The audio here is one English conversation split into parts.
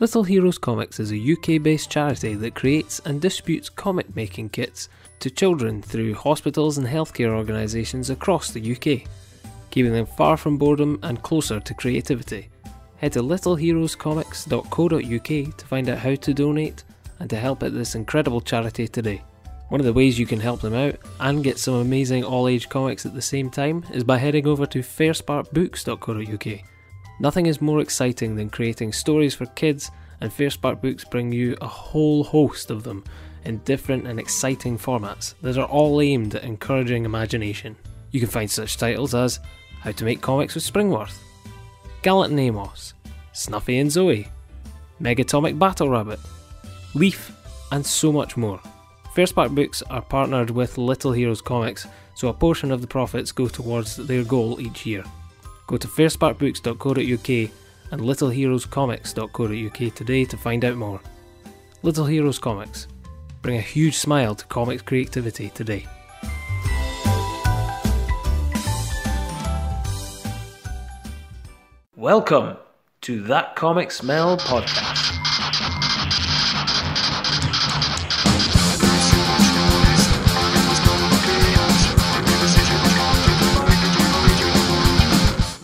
Little Heroes Comics is a UK based charity that creates and distributes comic making kits to children through hospitals and healthcare organisations across the UK, keeping them far from boredom and closer to creativity. Head to littleheroescomics.co.uk to find out how to donate and to help out this incredible charity today. One of the ways you can help them out and get some amazing all age comics at the same time is by heading over to fairsparkbooks.co.uk. Nothing is more exciting than creating stories for kids, and Fairspark Books bring you a whole host of them in different and exciting formats that are all aimed at encouraging imagination. You can find such titles as How to Make Comics with Springworth, Gallant and Amos, Snuffy and Zoe, Megatomic Battle Rabbit, Leaf, and so much more. Fairspark Books are partnered with Little Heroes Comics, so a portion of the profits go towards their goal each year. Go to fairsparkbooks.co.uk and littleheroescomics.co.uk today to find out more. Little Heroes Comics bring a huge smile to comics creativity today. Welcome to That Comic Smell podcast.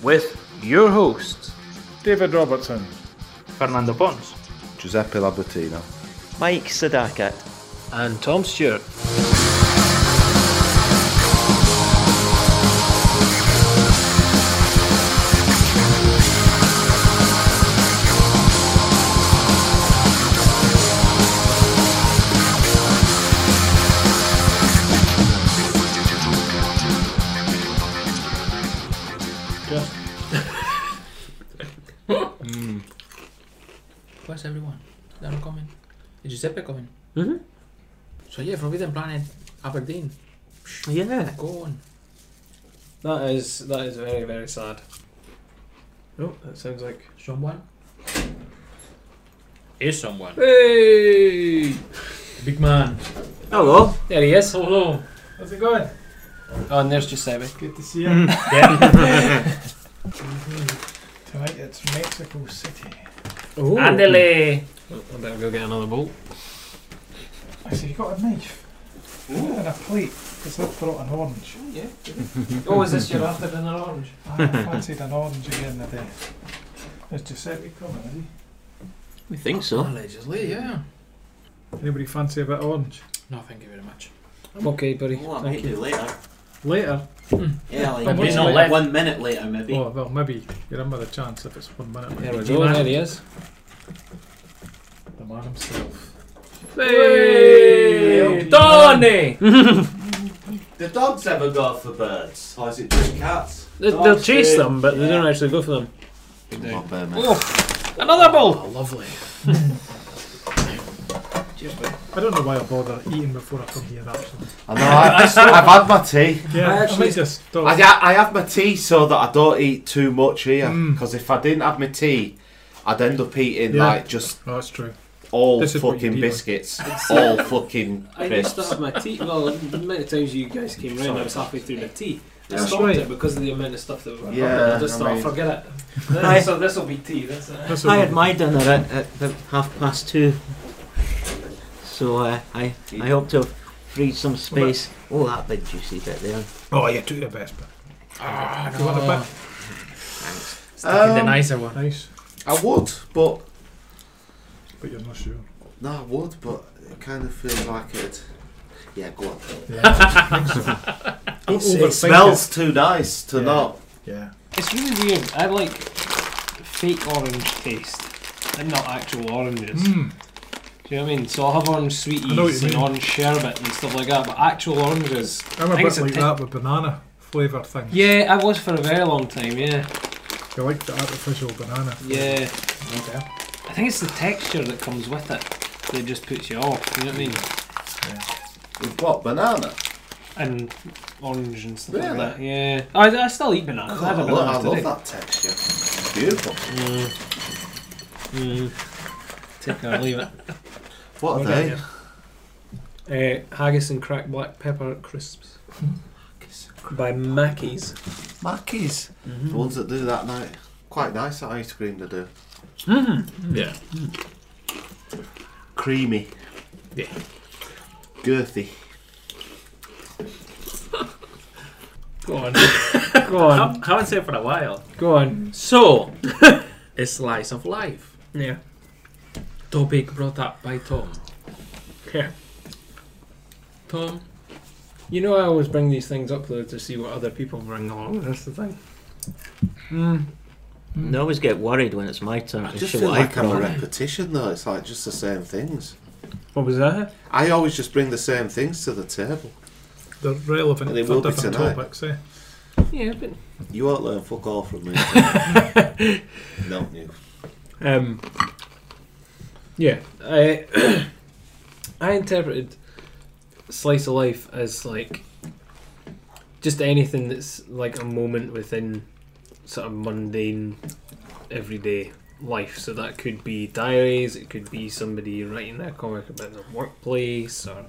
With your hosts, David Robertson. Fernando Pons. Giuseppe Labatino. Mike Sadakat. and Tom Stewart. Just. Where's everyone? They're not coming. Is Giuseppe coming? Mhm. So yeah, Forbidden Planet, Aberdeen. Yeah. Go on. That is that is very very sad. Oh, that sounds like Someone. Is someone. hey. Big man. Hello. There he is. Hello. How's it going? Oh, and there's Giuseppe. Good to see you. Yeah. Tonight it's Mexico City. Ooh. Oh, Andele. I better go get another bolt. I said, you got a knife and a plate because I've brought an orange. Ah, Yeah. oh, is this your after dinner orange? I fancied an orange again today. Is Giuseppe coming, is he? We think so. Allegedly, yeah. Anybody fancy a bit of orange? No, thank you very much. Oh, I'm okay, buddy. Well, Oh, I Thank might do later. Hmm. Later? Yeah, like Maybe maybe not Oh, like left. one minute later, maybe. Well, well, maybe you're in with a chance if it's one minute. There we Do you go. mind? There he is. The man himself. Hey, Oh, Donny. The dogs ever go for birds? Or is it just cats? They, they'll chase them, but they don't actually go for them. Not bear, mate. Oh, another bolt. Oh, lovely. I don't know why I bother eating before I come here, actually. I know, I, I've had my tea. Yeah, I I, actually- might just stop. I, ha- I have my tea so that I don't eat too much here. Because if I didn't have my tea, I'd end up eating Yeah. like just oh, that's true. all This is what you fucking do, biscuits, all fucking I used to crisps. have my tea. Well, the amount of times you guys came round, I was halfway through my tea. I That's stopped right. it because of the amount of stuff that we were Yeah, having. I just I thought, mean- forget it. I- so this will be tea. That's it. That's I what had we- my dinner at, at about half past two, so uh, I I hope to have freed some space. Oh, that big juicy bit there. Oh, yeah, took the best bit. Ah, Do you want a no. bit? Taking the Um, nicer one. Nice. I would, but But you're not sure. no, I would, but I kind of feel like it. Yeah, go on. Don't It's- overthink it smells too nice to Yeah. not. Yeah. It's really weird. I like fake orange taste and not actual oranges. Mm. Do you know what I mean? So I'll have orange I know what sweeties you and mean. orange sherbet and stuff like that, but actual oranges. I'm a I think bit it's a like ti- that with banana flavour thing. Yeah, I was for a very long time, yeah. I like the artificial banana. Yeah. Okay. I think it's the texture that comes with it that just puts you off, you know what I mean? We've got banana. And orange and stuff Really? like that. Yeah. I, I still eat bananas. I God, had I, a lo- I banana love today. that texture. It's beautiful. Mm. Take it or leave it. What are Well they? done, Uh, haggis and cracked black pepper crisps by Mackey's. Mackies. The ones that do that night. Quite nice that ice cream they do. Mm-hmm. Yeah. Creamy. Yeah. Girthy. Go on. Go on, I haven't said it for a while. go on. So, a slice of life. Yeah. Topic brought up by Tom. Yeah. Tom, You know, I always bring these things up though to see what other people bring along. That's the thing. Hmm. I always get worried when it's my turn I to just show feel what I like I'm a brought. repetition though. It's like just the same things. What was that? I always just bring the same things to the table. They're relevant They for will be different tonight. topics, eh? Yeah, but You won't learn fuck all from me. no, you. Um, yeah, I I interpreted slice of life as like just anything that's like a moment within sort of mundane everyday life. So that could be diaries, it could be somebody writing a comic about their workplace or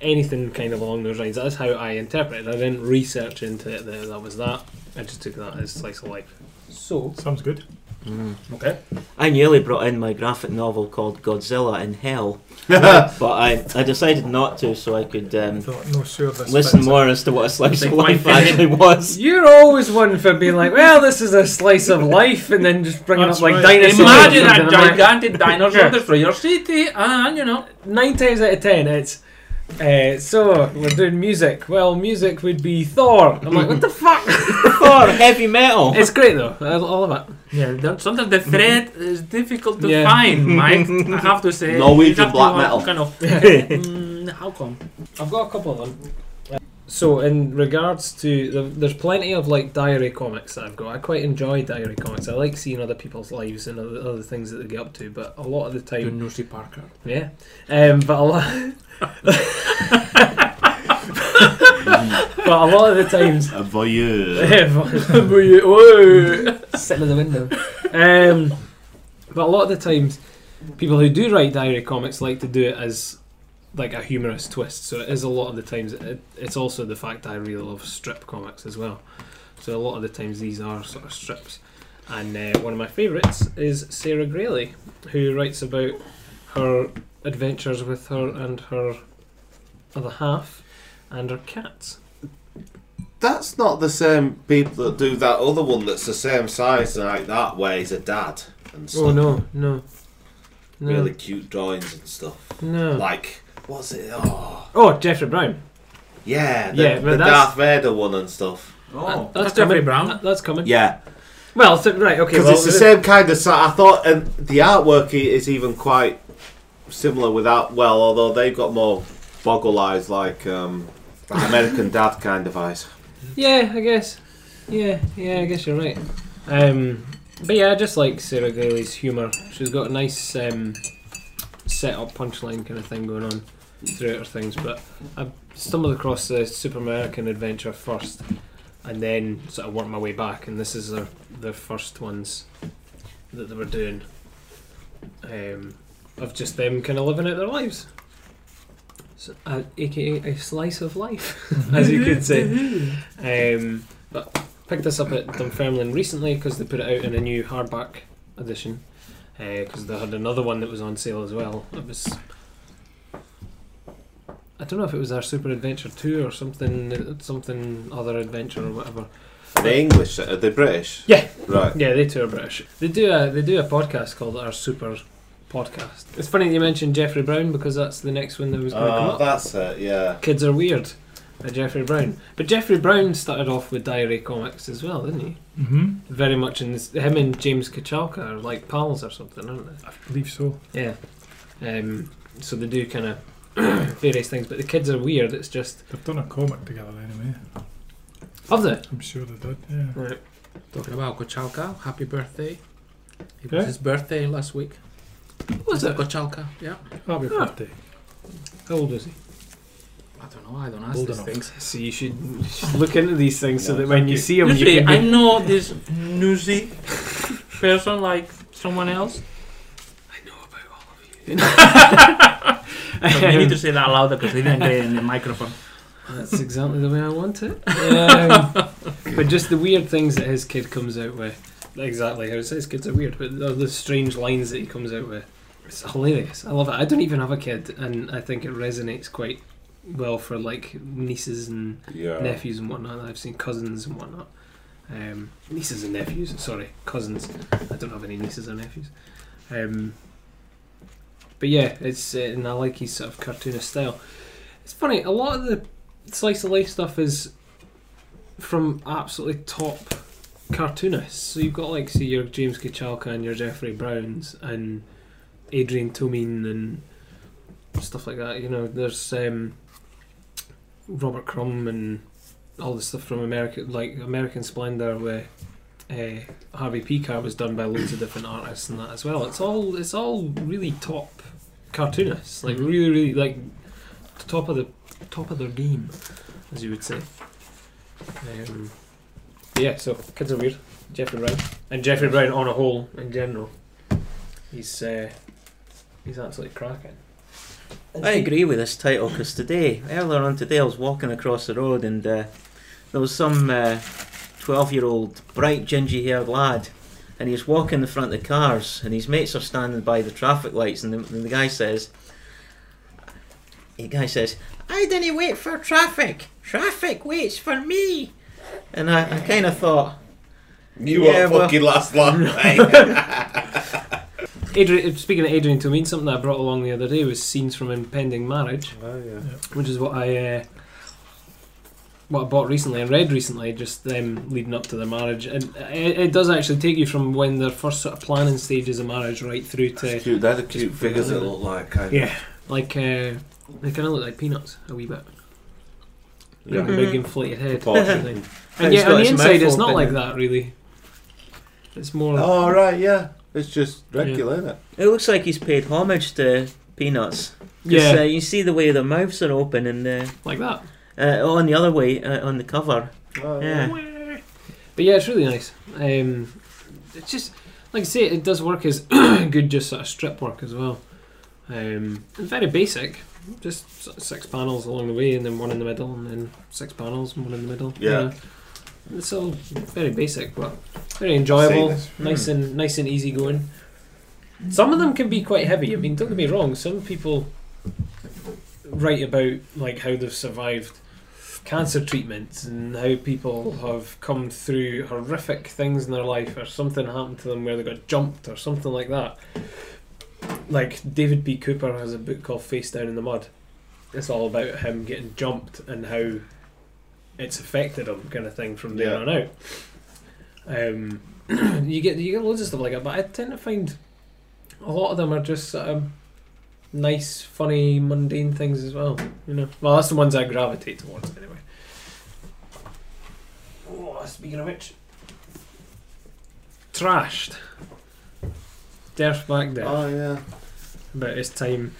anything kind of along those lines. That's how I interpreted. I didn't research into it. That that was that. I just took that as slice of life. so Sounds good. Mm. okay. I nearly brought in my graphic novel called Godzilla in Hell, but I, I decided not to so I could um, Thought, no, sure, this listen fits. more as to what a slice of Like, life why- actually was. You're always one for being like, well, this is a slice of life, and then just bringing That's up like right. dinosaurs. Imagine and a I'm like, gigantic Yeah. dinosaur destroy your city, and you know. Nine times out of ten, it's. Uh, so we're doing music. Well, music would be Thor. I'm like, what the fuck? Thor, heavy metal! It's great though. I all of it. Yeah, that- sometimes the thread is difficult to Yeah. find, Mike. I have to say. Norwegian You have to black have metal. Kind of. Mm, how come? I've got a couple of them. So in regards to the, there's plenty of like diary comics that I've got. I quite enjoy diary comics. I like seeing other people's lives and other, other things that they get up to. But a lot of the time, You Nursey Parker. Yeah, um, but a lot. but a lot of the times, A voyeur. Were you- whoa. sitting in the window. Um, but a lot of the times, people who do write diary comics like to do it as like a humorous twist. So it is a lot of the times. It, it's also the fact I really love strip comics as well. So a lot of the times these are sort of strips. And uh, one of my favourites is Sarah Grayley, who writes about her adventures with her and her other half and her cats. That's not the same people that do that other one that's the same size and like that, where he's a dad and stuff. Oh no, no, no, Really cute drawings and stuff. no. Like, what's it? Oh, Oh, Jeffrey Brown. yeah. The, Yeah, but the that's- Darth Vader one and stuff. That- That's Jeffrey coming. Brown. That- that's coming. Yeah. Well, so, right, okay. Because Well, it's the same kind of. si- I thought, and the artwork i- is even quite similar without. Well, although they've got more boggle eyes, like um, American Dad kind of eyes. Yeah, I guess. Yeah, yeah, I guess you're right. Um, but yeah, I just like Sarah Gailey's humour. She's got a nice um, set-up punchline kind of thing going on throughout her things. But I stumbled across the Super American Adventure first, and then sort of worked my way back. And this is their their first ones that they were doing um, of just them kind of living out their lives. So, uh, AKA a slice of life, as you could say. Um, but picked this up at Dunfermline recently because they put it out in a new hardback edition. Because they had another one that was on sale as well. It was. I don't know if it was our Super Adventure 2 or something, something other adventure or whatever. The English, are they British? Yeah. Right. Yeah, they two are British. They do a they do a podcast called Our Super Podcast. It's funny that you mentioned Jeffrey Brown because that's the next one that was going to come Oh, up. that's it, yeah. Kids are weird. By Jeffrey Brown, but Jeffrey Brown started off with diary comics as well, didn't he? Mm-hmm. Very much in this, him and James Kachalka are like pals or something, aren't they? I believe so. Yeah. Um, so they do kind of various things, but the kids are weird. It's just They've done a comic together anyway. of the I'm sure they did. Yeah. right. Talking about Kochalka, happy birthday. It Yeah. was his birthday last week. Was it? Kochalka, yeah. Happy Ah. birthday. How old is he? I don't know, I don't ask Old these enough. things. So you should, you should look into these things so No, that when you see him, you Usually, can I be, know this newsy person like someone else. I know about all of you. I need to say that louder because they didn't get it in the microphone. That's exactly the way I want it. Um, but just the weird things that his kid comes out with, exactly. His, his kids are weird, but the, the strange lines that he comes out with. It's hilarious. I love it. I don't even have a kid, and I think it resonates quite well for like nieces and Yeah. uh, nephews and whatnot. I've seen cousins and whatnot. Um, nieces and nephews, sorry, cousins. I don't have any nieces or nephews. Um, but yeah, it's uh, and I like his sort of cartoonist style. It's funny. A lot of the slice of life stuff is from absolutely top cartoonists. So you've got like, say, your James Kachalka and your Jeffrey Browns and Adrian Tomine and stuff like that. You know, there's um, Robert Crumb and all the stuff from America, like American Splendor, where uh, Harvey Pekar was done by loads of different artists and that as well. It's all it's all really top cartoonists, like really, really like top of the top of their game, as you would say. Um, yeah, so kids are weird. Jeffrey Brown and Jeffrey Brown on a whole in general, he's uh, he's absolutely cracking. I agree with this title because today, earlier on today, I was walking across the road and uh, there was some uh, twelve-year-old, bright, gingy-haired lad, and he's walking in front of the cars, and his mates are standing by the traffic lights, and the, and the guy says, "The guy says, I didn't wait for traffic. Traffic waits for me." And I, I kind of thought, You Yeah, were well- fucking last long, mate. Adrian, uh, speaking of Adrian Tomine, something that I brought along the other day was scenes from Impending Marriage. oh, yeah. which is what I uh, what I bought recently and read recently, just them leading up to their marriage, and uh, it, it does actually take you from when their first sort of planning stages of marriage right through That's to cute. They're the cute just figures that brilliant. look like. I, yeah, like uh, they kind of look like peanuts a wee bit, yeah. like a big inflated head, Proportion. and, And it's yeah, got on the its inside mouth it's not open like and- that really. It's more. Oh right, yeah. It's just regular, isn't it? "It looks like he's paid homage to Peanuts." 'Cause, Yeah. uh, you see the way their mouths are open and. Uh, like that. Uh, on the other way, uh, on the cover. Oh, Yeah. But yeah, it's really nice. Um, it's just like I say, it does work as good, just sort of strip work as well. Um, and very basic, just sort of six panels along the way, and then one in the middle, and then six panels, and one in the middle. you Yeah. know. it's all very basic, but very See enjoyable, this? nice and nice and easy going. Some of them can be quite heavy. I mean, don't get me wrong. Some people write about like how they've survived cancer treatments and how people have come through horrific things in their life or something happened to them where they got jumped or something like that. Like David B. Cooper has a book called Face Down in the Mud. It's all about him getting jumped and how it's affected him, kind of thing, from there Yeah. on out. Um, you get you get loads of stuff like that, but I tend to find a lot of them are just sort of nice, funny, mundane things as well. You know, well, that's the ones I gravitate towards anyway. Oh, speaking of which, trashed. Derf back there Oh yeah. about his time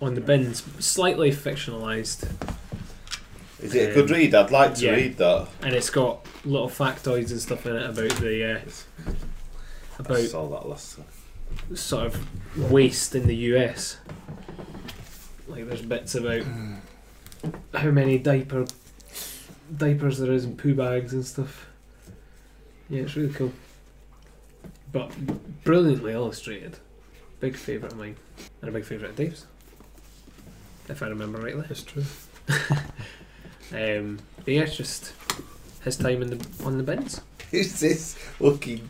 on the bins, slightly fictionalised, Is it a good read? I'd like to Um, Yeah. read that. and it's got little factoids and stuff in it about the uh, I about saw that last. time. sort of waste in the US. Like there's bits about how many diaper diapers there is in poo bags and stuff. Yeah, it's really cool. But brilliantly illustrated. Big favourite of mine. And a big favourite of Dave's. If I remember rightly. It's true. Um but yeah, it's just his time in the on the bins. Who's this fucking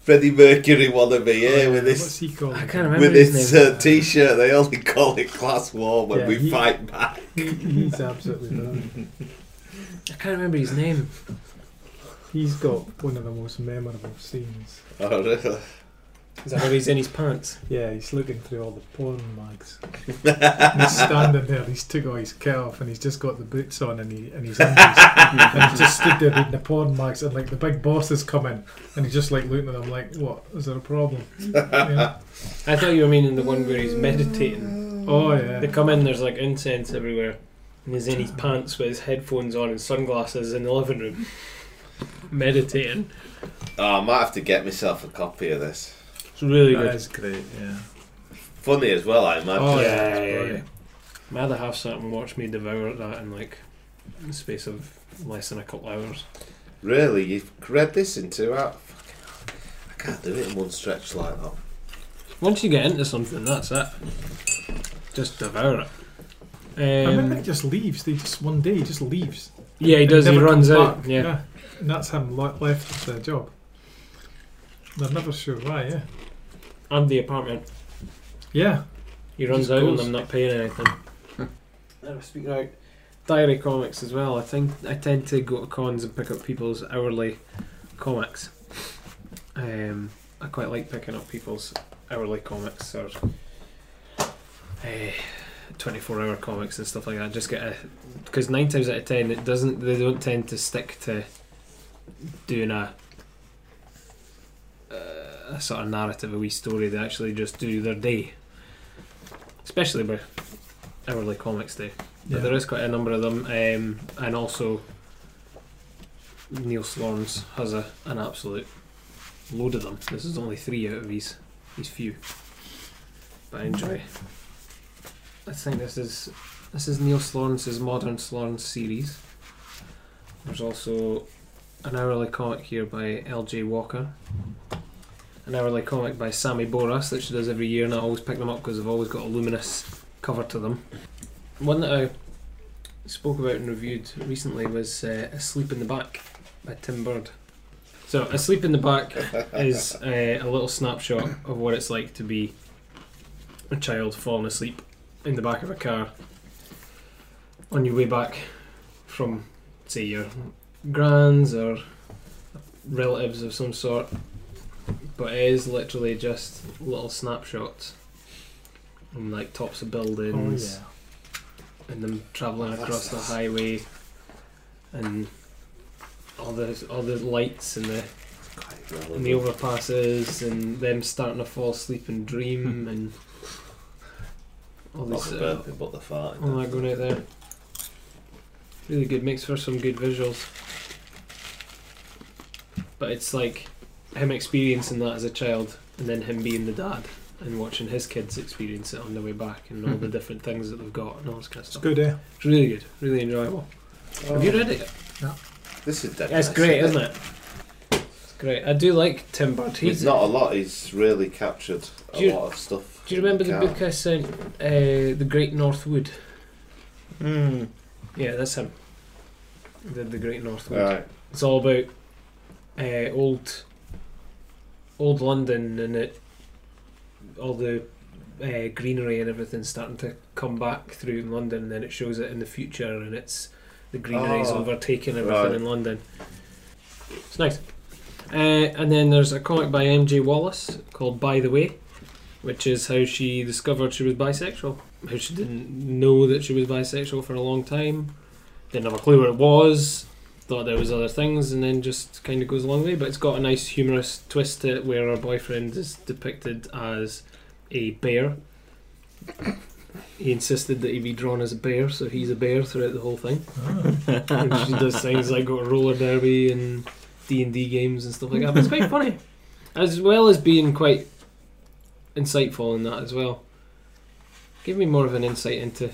Freddie Mercury wannabe Oh, here with What's this he called? I can't remember with his this name. uh, t-shirt? They only call it class war when Yeah, we he- fight back. He- He's absolutely brilliant. I can't remember his name. He's got one of the most memorable scenes. Oh, really? Is that where he's in his pants? Yeah, he's looking through all the porn mags. And he's standing there. He's took all his kit off, and he's just got the boots on, and he and he's in these- and he just stood there reading the porn mags, and like the big boss is coming, and he's just like looking at them like, "What is there a problem?" You know? I thought you were meaning the one where he's meditating. Oh yeah. They come in, there's like incense everywhere, and he's in his pants with his headphones on and sunglasses in the living room, meditating. Oh, I might have to get myself a copy of this. It's really that good. is great. Yeah. Funny as well, I imagine. Oh, yeah, yeah, it's yeah, yeah, brilliant. My other half sat and watched me devour that in like the space of less than a couple hours. Really, you've read this in two hours. can't do it in one stretch like that. Once you get into something, that's it. Just devour it. I remember he Um, just leaves. They just one day he just leves. yeah, he And does. He never runs comes out. back. Yeah. and that's him le- left the job. They're never sure why. Yeah, and the apartment. yeah. He runs Just out, and goes. I'm not paying anything. Now, speaking out diary comics as well, I think I tend to go to cons and pick up people's hourly comics. Um, I quite like picking up people's hourly comics or eh, 24 hour comics and stuff like that. Just get a because nine times out of ten, it doesn't. They don't tend to stick to doing a. uh, A sort of narrative, a wee story. They actually just do their day, especially by hourly comics day. But Yeah. there is quite a number of them, um, and also Neil Slorns has a, an absolute load of them. This is only three out of his his few, but I enjoy. I think this is this is Neil Slorns' Modern Slorns series. There's also an hourly comic here by L.J. Walker. An hourly comic by Sammy Boras that she does every year, and I always pick them up because they've always got a luminous cover to them. One that I spoke about and reviewed recently was uh, Asleep in the Back by Tim Bird. So, Asleep in the Back is uh, a little snapshot of what it's like to be a child falling asleep in the back of a car on your way back from, say, your grands or relatives of some sort. But it is literally just little snapshots and like tops of Oh buildings yeah. and them travelling That's- across the that's- highway and all the all the lights and the, Quite and the Mm-hmm. relevant. overpasses and them starting to fall asleep and Hmm. dream and all Not this the uh, burping, but the farting. all that going out there. Really good, makes for some good visuals. But it's like him experiencing that as a child and then him being the dad and watching his kids experience it on the way back and all the different things that they've got and all this kind of Mm-hmm. It's stuff. good. eh? Yeah. It's really good, really enjoyable. Have you read it? This is dead. Oh. It's nice, great, isn't it? It's great. I do like Tim Burd. There's He's, not a lot. He's really captured a Do you- lot of stuff. do you remember the Yeah. book I sent, uh, The Great North Wood? Mm. Yeah, that's him. He Did The Great North Wood. Right. It's all about uh, old old London and it all the uh, greenery and everything's starting to come back through in London and then it shows it in the future and it's the greenery's Oh, overtaking everything right. in London. It's nice. Uh, and then there's a comic by M.J. Wallace called By the Way, which is how she discovered she was bisexual. How she didn't know that she was bisexual for a long time, didn't have a clue what it was, thought there was other things, and then just kind of goes along the way. But it's got a nice humorous twist to it where her boyfriend is depicted as a bear. He insisted that he be drawn as a bear, so he's a bear throughout the whole thing. And she does things like go to roller derby and D and D games and stuff like that. But it's quite funny, as well as being quite insightful in that as well. Give me more of an insight into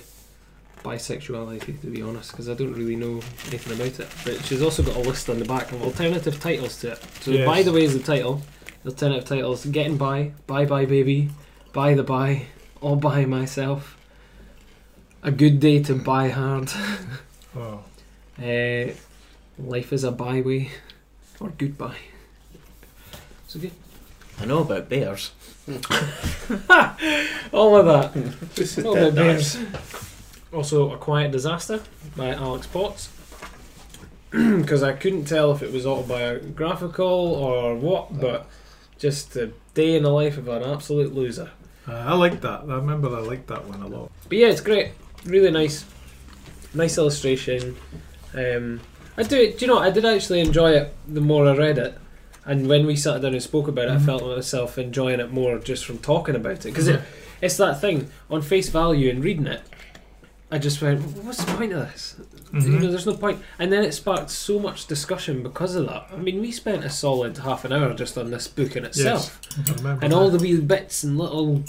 bisexuality, to be honest, because I don't really know anything about it. But she's also got a list on the back of alternative titles to it. So Yes. by the way, is the title alternative titles: Getting By, Bye Bye Baby, By the By, All By Myself, A Good Day to Buy Hard. Oh. Uh, life is a byway or goodbye. So good. I know about bears. All of that. This is All dead about nice. bears. Also, a quiet disaster by Alex Potts. Because I couldn't tell if it was autobiographical or what, but just a day in the life of an absolute loser. Uh, I like that. I remember I liked that one a lot. But yeah, it's great. Really nice. Nice illustration. Um, I do. Do you know? I did actually enjoy it the more I read it, and when we sat down and spoke about it, I Mhm. felt myself enjoying it more just from talking about it because it, it's that thing on face value and reading it. I just went, what's the point of this? You know, Mhm. there's no point. And then it sparked so much discussion because of that. I mean, we spent a solid half an hour just on this book in itself I remember and all that. the wee bits and little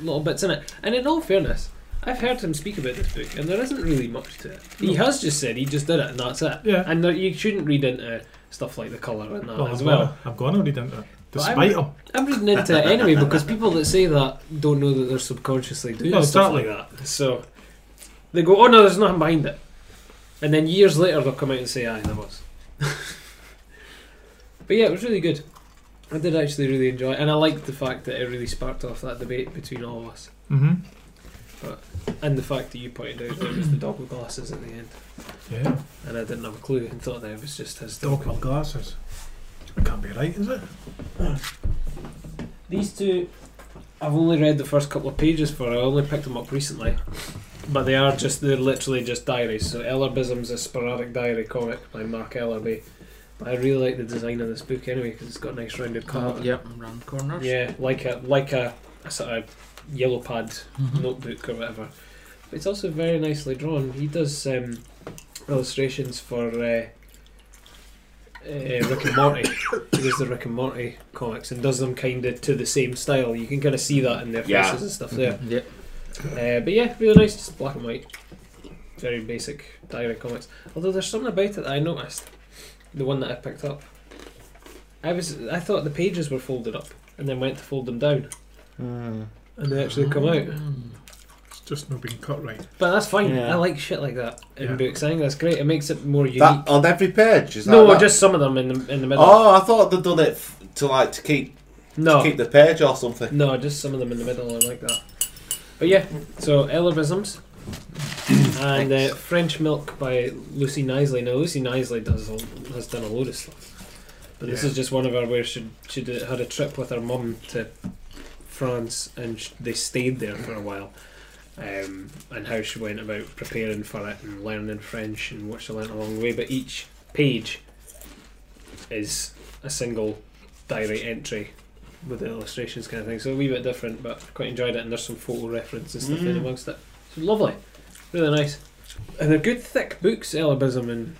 little bits in it. And in all fairness, I've heard him speak about this book, and there isn't really much to it. He No. has just said he just did it, and that's it. Yeah. And there, you shouldn't read into stuff like the colour and that Oh, Well, as I'm well. Gonna, I'm gonna read into it. despite him. I'm reading into it anyway because people that say that don't know that they're subconsciously doing No, stuff like that. So they go, "Oh no, there's nothing behind it," and then years later they'll come out and say, "Aye, there was." but yeah, it was really good. I did actually really enjoy it, and I liked the fact that it really sparked off that debate between all of us, hmm and the fact that you pointed out that it was the dog with glasses at the end, Yeah, and I didn't have a clue and thought that it was just his dog with glasses. It can't be right, is it? These two, I've only read the first couple of pages for. I only picked them up recently, but they are just—they're literally just diaries. So Ellerbism's a sporadic diary comic by Mark Ellerby. But I really like the design of this book anyway because it's got nice rounded Oh, cover. yep, round corners. Yeah, like a like a, a sort of yellow pad Mhm. notebook or whatever. But it's also very nicely drawn. He does um, illustrations for uh, uh, Rick and Morty. he does the Rick and Morty comics and does them kind of to the same style. You can kind of see that in their faces Yeah. and stuff there. Yep. Uh, but yeah, really nice, just black and white. Very basic diary comics. Although there's something about it that I noticed. The one that I picked up. I was I thought the pages were folded up and then went to fold them down Mm. and they actually Oh. come out. It's just not being cut right. But that's fine. Yeah. I like shit like that in Yeah. books. I think that's great. It makes it more unique. That on every page. Is that no, that? just some of them in the in the middle. Oh, I thought they'd done it f- to like to keep no, to keep the page or something. no, just some of them in the middle. I like that. But yeah, so Ellerbisms and uh, French Milk by Lucy Nisley. Now Lucy Nisley does a- has done a load of stuff, but this Yeah. is just one of her where she she did, had a trip with her mum to France and sh- they stayed there for a while. um, and how she went about preparing for it and learning French and what she learnt along the way. But each page is a single diary entry with the illustrations kind of thing. So a wee bit different, but I quite enjoyed it. And there's some photo reference and stuff in Mm. amongst it. It's lovely, really nice. And they're good thick books, Elabism and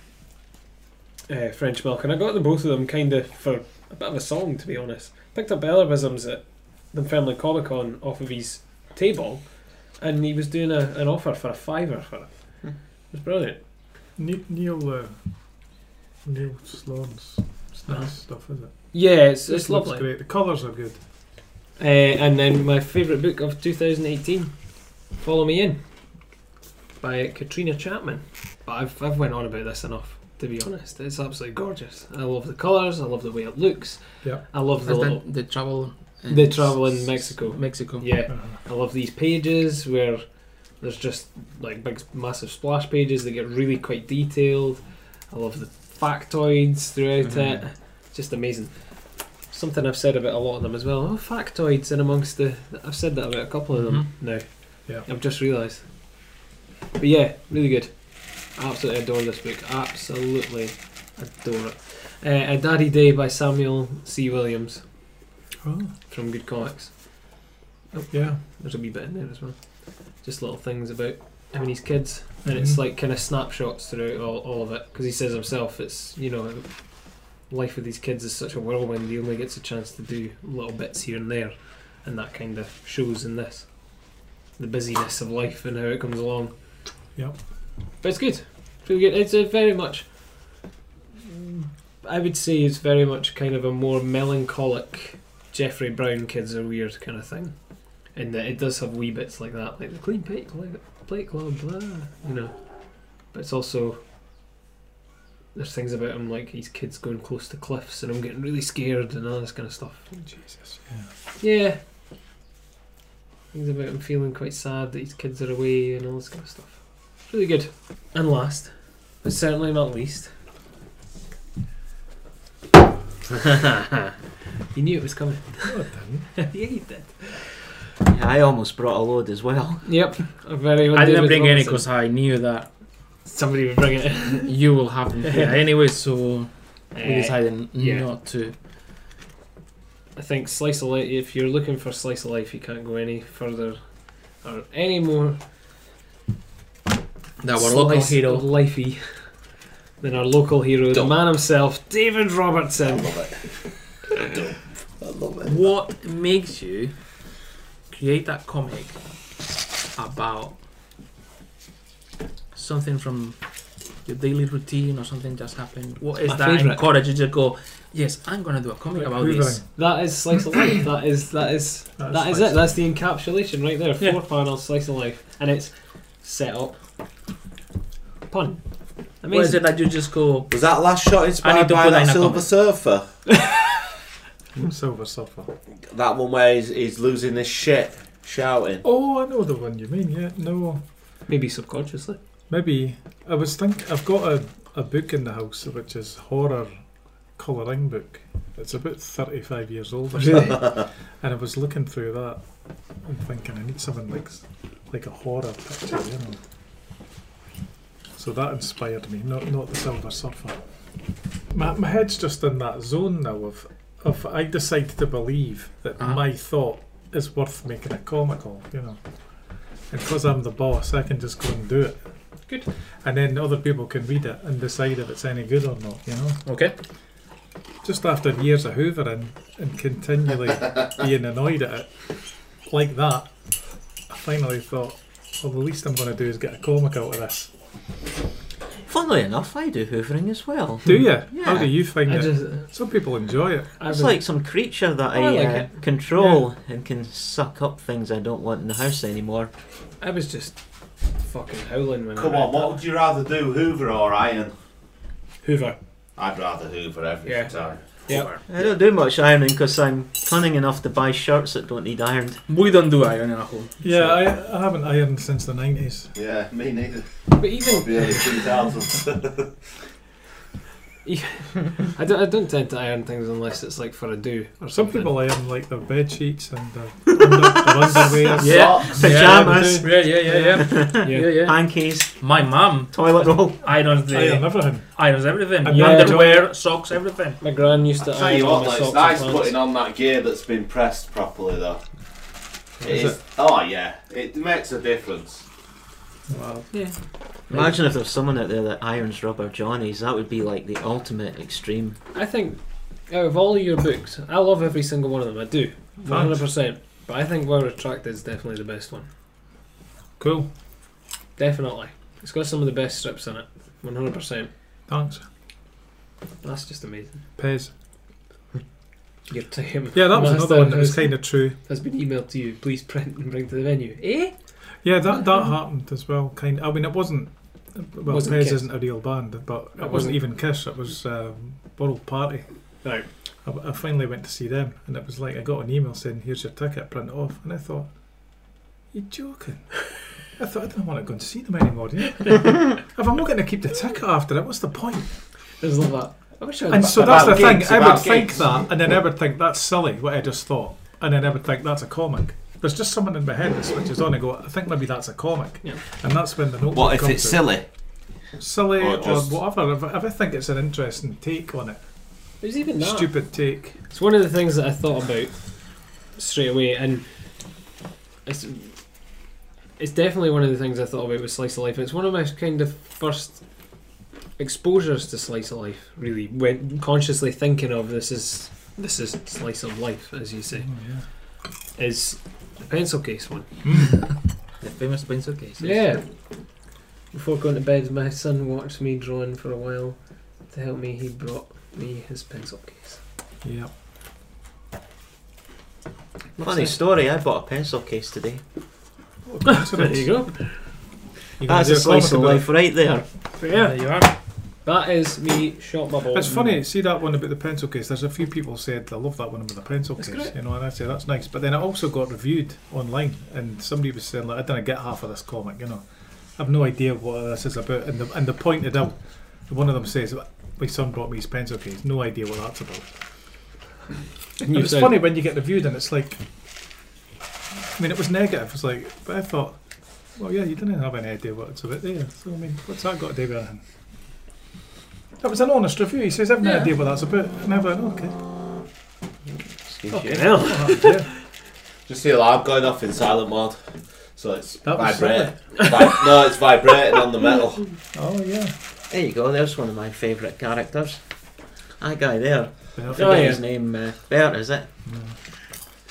uh, French Milk. And I got the both of them kind of for a bit of a song, to be honest. Picked up Elabisms at the Family Comic Con off of his table and he was doing a, an offer for a fiver for it. Hmm. It was brilliant. Ne- Neil, uh, Neil Sloan's. It's nice stuff, is it? Yeah, Ah. it's, This it's looks lovely. great. The colours are good. Uh, and then my favourite book of 2018, Follow Me In, by Katrina Chapman. But I've, I've went on about this enough, to be honest. It's absolutely gorgeous. I love the colours, I love the way it looks. Yeah. I love the Is little... that the travel. They travel in Mexico. Mexico. Yeah, Uh, I love these pages where there's just like big, massive splash pages that get really quite detailed. I love the factoids throughout Mhm. Mm-hmm. it. Just amazing. Something I've said about a lot of them as well. Oh, factoids in amongst the. I've said that about a couple of them now. Mm-hmm. Yeah. I've just realised. But yeah, really good. Absolutely adore this book. Absolutely adore it. Uh, a Daddy Day by Samuel C. Williams oh, from Good Comics. Oh. yeah. There's a wee bit in there as well. Just little things about him and his kids, and it's Mhm. like kind of snapshots throughout all, all of it. Because he says himself, it's you know, life with these kids is such a whirlwind. He only gets a chance to do little bits here and there, and that kind of shows in this, the busyness of life and how it comes along. Yep. But it's good. It's really good. It's a very much. I would say it's very much kind of a more melancholic Jeffrey Brown kids are weird kind of thing. In that it does have wee bits like that, like the clean plate club, plate club, blah, you know. But it's also there's things about him like his kids going close to cliffs and him getting really scared and all this kind of stuff. Jesus. Yeah. Yeah. Things about him feeling quite sad that his kids are away and all this kind of stuff. It's really good. And last, but certainly not least. you knew it was coming. No, it didn't. yeah, you did. Yeah, I almost brought a load as well. Yep. A very I didn't bring any because I knew that somebody would bring it. you will have them here anyway, so we Eh. decided yeah. not to. I think slice of life. If you're looking for slice of life, you can't go any further or any more That were local slice hero. of lifey than our local hero, the Dump. man himself, David Robertson. What makes you create that comic about something from your daily routine or something just happened? What is My that favourite. encourages you to go, Yes, I'm going to do a comic Like about Hoovering. this. That is slice of life. That is that is That is that is slice it. of That's the encapsulation right there. Four Yeah. panels, slice of life, and it's set up. Pun. What is Amazing. it that you just go? Was that last shot I inspired need to by put that that in a Silver comment. Surfer? Silver Surfer. That one where he's, he's losing his shit, shouting. Oh, I know the one you mean. Yeah, no, Maybe subconsciously. maybe I was think I've got a, a book in the house which is horror colouring book. It's about thirty five years old, or something. and I was looking through that and thinking I need something like s- like a horror picture, you know. So that inspired me, not not the Silver Surfer. My, my head's just in that zone now of of I decide to believe that Uh-huh. my thought is worth making a comic of, you know. And because I'm the boss, I can just go and do it. Good. And then other people can read it and decide if it's any good or not, you know. Okay. Just after years of hoovering and continually being annoyed at it, like that, I finally thought, well, the least I'm going to do is get a comic out of this. Funnily enough, I do hoovering as well. Do you? How Yeah. do you find I it? just. Some people enjoy it. I It's would- like some creature that I, I like uh, control and can suck up things I don't want in the house anymore. I was just fucking howling when Come I read on, what that. would you rather do, Hoover or Iron? Hoover. I'd rather Hoover every Yeah. time. Yeah. I don't do much ironing because I'm cunning enough to buy shirts that don't need ironed. We don't do iron in our home. Yeah, I, I haven't ironed since the 90s. Yeah, me neither. But even Probably early 2000s. I don't. I don't tend to iron things unless it's like for a do. Or some people iron like their bed sheets and their, under, their underwear. Yeah. Socks. Pajamas, Yeah, yeah, yeah, yeah. yeah, yeah. hankies, My mum toilet roll. irons the Iron everything. irons everything. And yeah. Underwear, socks, everything. My gran used to I tell iron you all what, my socks though, and it's nice pants. putting on that gear that's been pressed properly, though. It Is is. Oh yeah, it makes a difference. Wow. Imagine if there's someone out there that irons rubber johnnies. That would be like the ultimate extreme. I think out of all of your books, I love every single one of them. I do, one hundred percent. But I think Well Retracted is definitely the best one. Cool. Definitely, it's got some of the best strips in it. One hundred percent. Thanks. That's just amazing. Pez. Your time. Yeah, that was master, another one that was has- kind of true. has been emailed to you. Please print and bring to the venue. Eh? Yeah, that that happened as well. Kind. I mean, it wasn't. Well, Um, Wasn't Pez Kiss. isn't a real band, but it, It wasn't, wasn't. even Kiss. It was um, World Party. Right. I, I finally went to see them, and it was like I got an email saying, "Here's your ticket, print it off," and I thought, "You're joking." I thought I don't want to go and see them anymore. Yeah? if I'm not going to keep the ticket after it, what's the point? There's love that. I wish I. And had so that. that's the about thing. gigs, I would about think gigs. that, and then I would think that's silly what I just thought, and then I would think that's a comic. There's just someone in my head that switches on and go, I think maybe that's a comic, Yeah. and that's when the notebook comes out. silly? silly Or or, just- whatever. If, if I think it's an interesting take on it, There's even that. stupid take. It's one of the things that I thought about straight away, and it's it's definitely one of the things I thought about with slice of life. It's one of my kind of first exposures to slice of life, really, when consciously thinking of this is this is slice of life, as you say, is the pencil case one. The famous pencil case. Yeah. Before going to bed, my son watched me drawing for a while. To help me, he brought me his pencil case. Yeah, Funny story, I bought a pencil case today. There you go. That's a slice of life right there. Yeah, you are. That is me shot my ball. It's funny, see that one about the pencil case. There's a few people said I love that one about the pencil That's case, great. you know, and I say that's nice. But then it also got reviewed online, and somebody was saying like, I didn't get half of this comic, you know, I've no idea what this is about. And the and the pointed out, one of them says, my son brought me his pencil case, no idea what that's about. And And you it's said- funny when you get reviewed and it's like, I mean, it was negative. It's like, but I thought, well, yeah, you didn't have any idea what it's about there. So I mean, what's that got to do with anything? That was an honest review. He says, "I've no Yeah. idea what that's about." And I went, "Okay." Excuse Fucking you. hell. Oh, yeah. Just the alarm going off in silent mode, so it's That was vibrating. Vi- no, it's vibrating on the metal. Oh yeah. There you go, there's one of my favourite characters. That guy there. I Well, forget yeah. his name, uh, Bert, is it?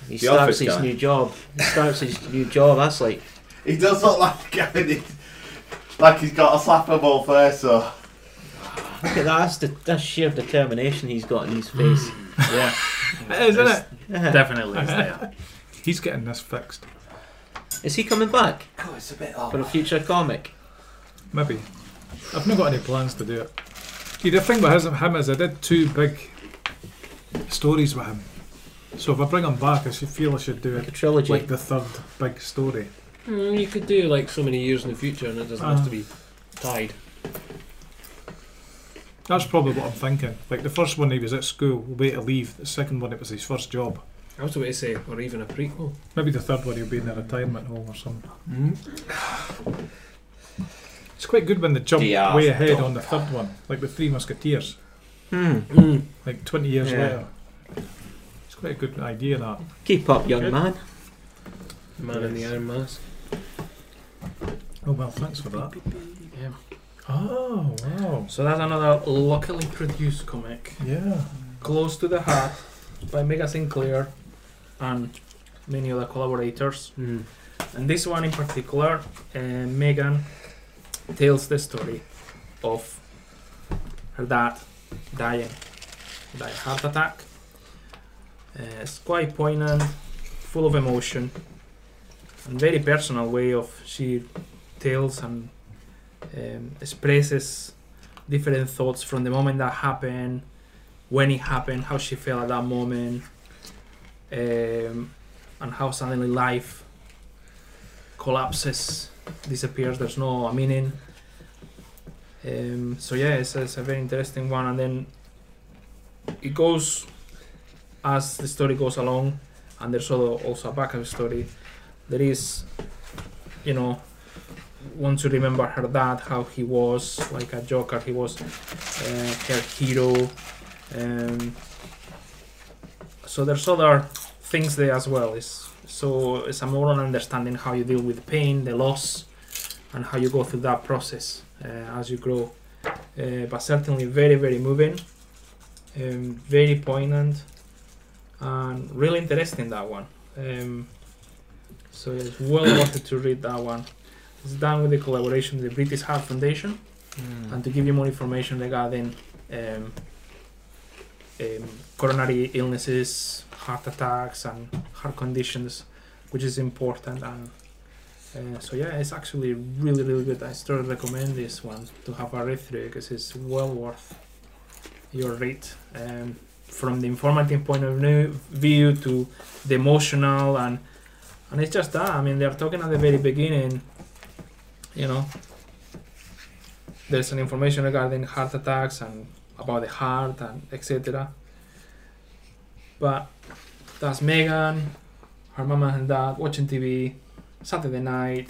He The starts office his guy. new job. He starts his new job. That's like, He does look like a guy that- like he's got a slappable face, so Look at that, that's the that's sheer determination he's got in his face. Yeah. It is, It's isn't Definitely is there. it? He's getting this fixed. Is he coming back God, it's a bit for a future comic? Maybe. I've not got any plans to do it. See, the thing with his, him is I did two big stories with him. So if I bring him back, I should feel I should do Like a it trilogy? like the third big story. Mm, you could do like so many years in the future, and it Ah. doesn't have to be tied. That's probably what I'm thinking. Like the first one, he was at school, way to leave. The second one, it was his first job. I was about to say, or even a prequel. Maybe the third one, he'll be in a retirement home or something. It's quite good when they jump Yeah, way ahead dog. on the third one, like the Three Musketeers, Hmm. Mm. like 20 years Yeah. later. It's quite a good idea that. Keep up, young Good. man. The man in the Iron Mask. Oh well, thanks for that. Oh wow. So that's another locally produced comic, Yeah. close to the heart, by Mega Sinclair and many other collaborators. Mm. And this one in particular, uh, Megan tells the story of her dad dying by a heart attack. Uh, it's quite poignant, full of emotion, and very personal way of she tells and um, expresses different thoughts from the moment that happened, when it happened, how she felt at that moment, um, and how suddenly life collapses, disappears. There's no meaning. Um, so yeah, it's, it's a very interesting one, and then it goes as the story goes along, and there's also also a backup story. There is, you know, want to remember her dad, how he was like a joker, he was uh, her hero. Um, so there's other things there as well. It's, so it's a more on understanding how you deal with pain, the loss, and how you go through that process uh, as you grow. Uh, but certainly very, very moving, um, very poignant, and really interesting that one. Um, so it's well worth it to read that one. It's done with the collaboration with the British Heart Foundation Mm. and to give you more information regarding um, um, coronary illnesses, heart attacks, and heart conditions, which is important. And uh, so, yeah, it's actually really, really good. I still recommend this one to have a read through because it's well worth your read. Um, from the informative point of view, view to the emotional, and and it's just that. I mean, they're talking at the very beginning, you know, there's an information regarding heart attacks and about the heart and etc. But that's Megan, her mama and dad watching TV, Saturday night,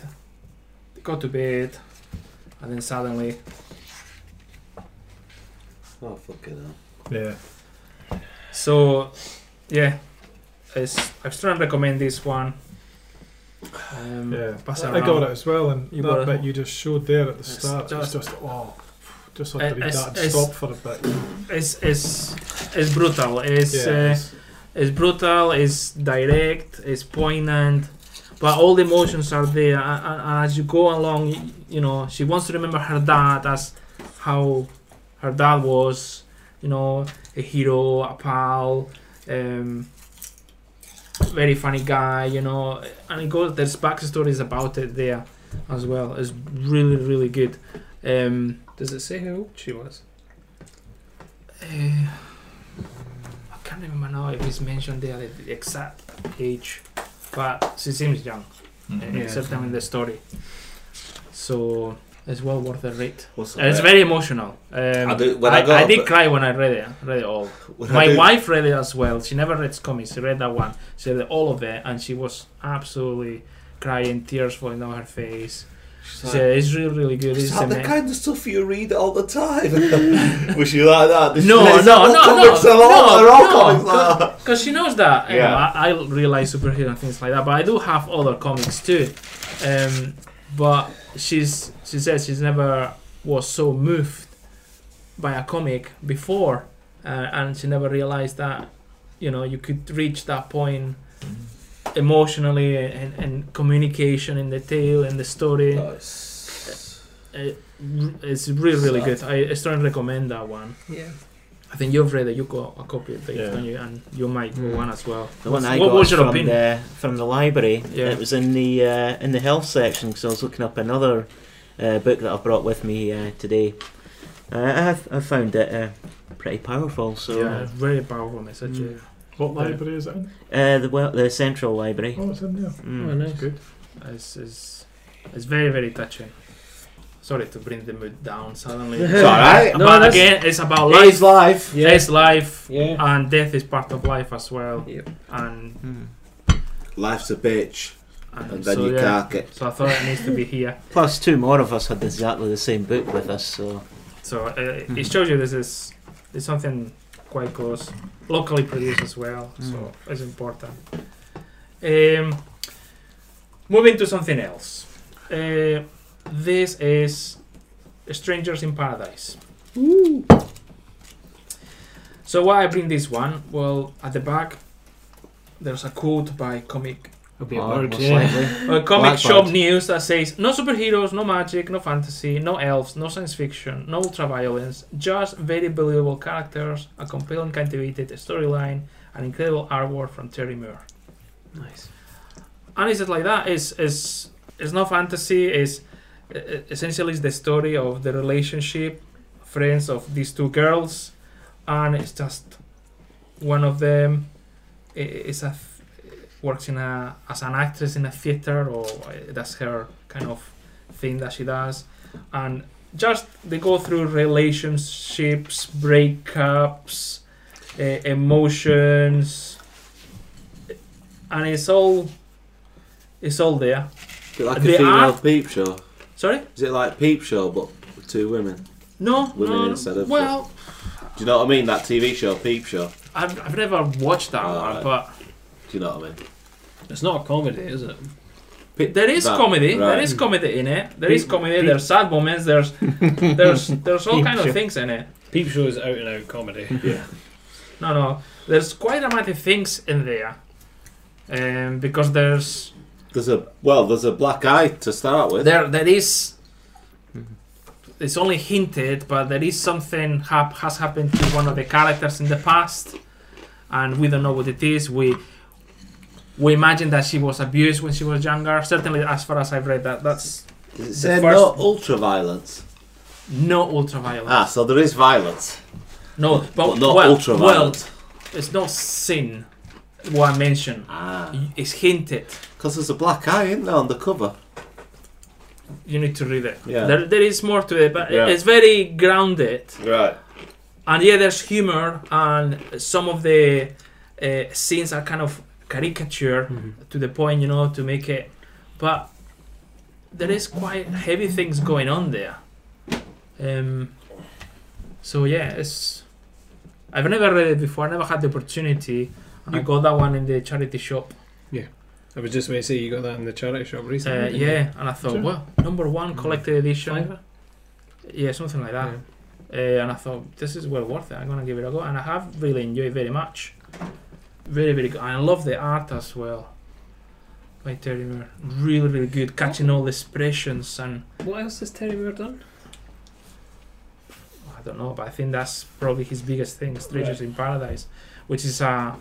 they go to bed, and then suddenly Oh, fucking hell. Yeah. So, yeah, it's, I strongly recommend this one. Um, Yeah. Pass I around. got it as well, and You that got it. bit you just showed there at the It's start, it's just- just oh, just had to read It's- that and it's- stop for a bit. It's, it's, it's brutal. It's, Yeah. uh, it's- It's brutal, it's direct, it's poignant, but all the emotions are there. And- And and as you go along, y- you know, she wants to remember her dad as how her dad was, you know, a hero, a pal, um, very funny guy, you know. And it goes, there's backstories about it there as well. It's really, really good. Um, Does it say how old she was? Eh, I can't remember now if it's mentioned there the the exact age, but she seems young, Mm-hmm. eh, Yeah. certainly in the story. So it's well worth the read. What's And it's that? very emotional. Um, Uh, I do- when I got up- uh, did cry when I read it. I read it all. When I My do- wife read it as well. She never reads comics. She read that one. She read all of it, and she was absolutely crying, tears falling down her face. She's She like, said, it's really, really good. Is It's that the ama- kind of stuff you read all the time? Was she like that? This No, is no, all no, no, comics, they're no, all- they're all no. comics like that. Because she knows that. you Yeah. know, I, I realize superhero and things like that, but I do have other comics too. Um, but she's she says she's never was so moved by a comic before, uh, and she never realized that you know you could reach that point emotionally and, and communication in the tale and the story. Oh, it's- it, it's really really good. I, I strongly recommend that one. Yeah. I think you've read it. You got a copy of it, Yeah. don't you? And you might Mm. mm. one as well. The one What's- I what got was your from opinion? the from the library. Yeah. It was in the uh, in the health section because I was looking up another uh, book that I brought with me uh, today. Uh, I, th- I found it uh, pretty powerful. So yeah, very powerful message. Mm. yeah. What library is it in? uh, the well the central library. Oh, it's in there. Mm. Oh, nice. Good. It's, it's, it's very very touching. Sorry to bring the mood down suddenly. It's It's alright. No, but that's- again, it's about It is life. life. Yeah. It's life, Yeah. and death is part of life as well. Yep. And Mm. Life's a bitch, and, and then so, you yeah. can't get. So I thought it needs to be here. Plus, two more of us had exactly the same book with us. So So uh, Mhm. it shows you this is it's something quite close, locally produced as well. So it's important. Um, moving to something else. Uh, this is Strangers in Paradise. So why I bring this one? Well, at the back there's a quote by comic It'll be a Oh, word, most yeah. likely. a comic Blackbird. shop news that says no superheroes, no magic, no fantasy, no elves, no science fiction, no ultraviolence, just very believable characters, a compelling, captivated storyline, and incredible artwork from Terry Moore. Nice. And it's just like that. It's it's it's not fantasy. It's uh, essentially it's the story of the relationship, friends of these two girls, and it's just one of them i- is a th- works in a as an actress in a theater, or uh, that's her kind of thing that she does, and just they go through relationships, breakups, uh, emotions, and it's all it's all there. Is it like a They female are- peep show? Sorry. Is it like peep show but with two women? No, Women no. instead of- well, Do you know what I mean? That TV show, peep show. I've, I've never watched that Ah, one, but Do you know what I mean? It's not a comedy, is it? Pe- there is that- comedy. There right. is comedy in it. There is Pe- comedy. pe- There's sad moments. There's there's there's all Peep kind show. of things in it. Peep Show is out and out comedy. No, no. There's quite dramatic things in there, um, because there's There's a well, there's a black eye to start with. there there is. Mhm. It's only hinted, but there is something hap- has happened to one of the characters in the past, and we don't know what it is. We we imagine that she was abused when she was younger. Certainly, as far as I've read that, that's Does it the say first- no ultra violence? No ultraviolence. Ah, so there is violence, no, but, but not well, ultra violence. Well, it's not sin. What I mentioned, Ah, it's hinted. because there's a black eye in there on the cover. You need to read it. Yeah. There, there is more to it, but Yeah. it's very grounded. Right. And yeah, there's humor, and some of the uh, scenes are kind of caricature to the point, you know, to make it. But there is quite heavy things going on there. Um. So yeah, it's. I've never read it before. I never had the opportunity. You got that one in the charity shop. I was just going to say you got that in the charity shop Uh, recently. didn't you? yeah, and I thought, Sure. well, number one collected edition. Fiver? Yeah, something like that. Uh, and I thought this is well worth it. I'm gonna give it a go, and I have really enjoyed it very much. Very, very good. I love the art as well by Terry Moore. Really, really good. Catching all the expressions and What else has Terry Moore done? I don't know, but I think that's probably his biggest thing, Strangers in Paradise, which is a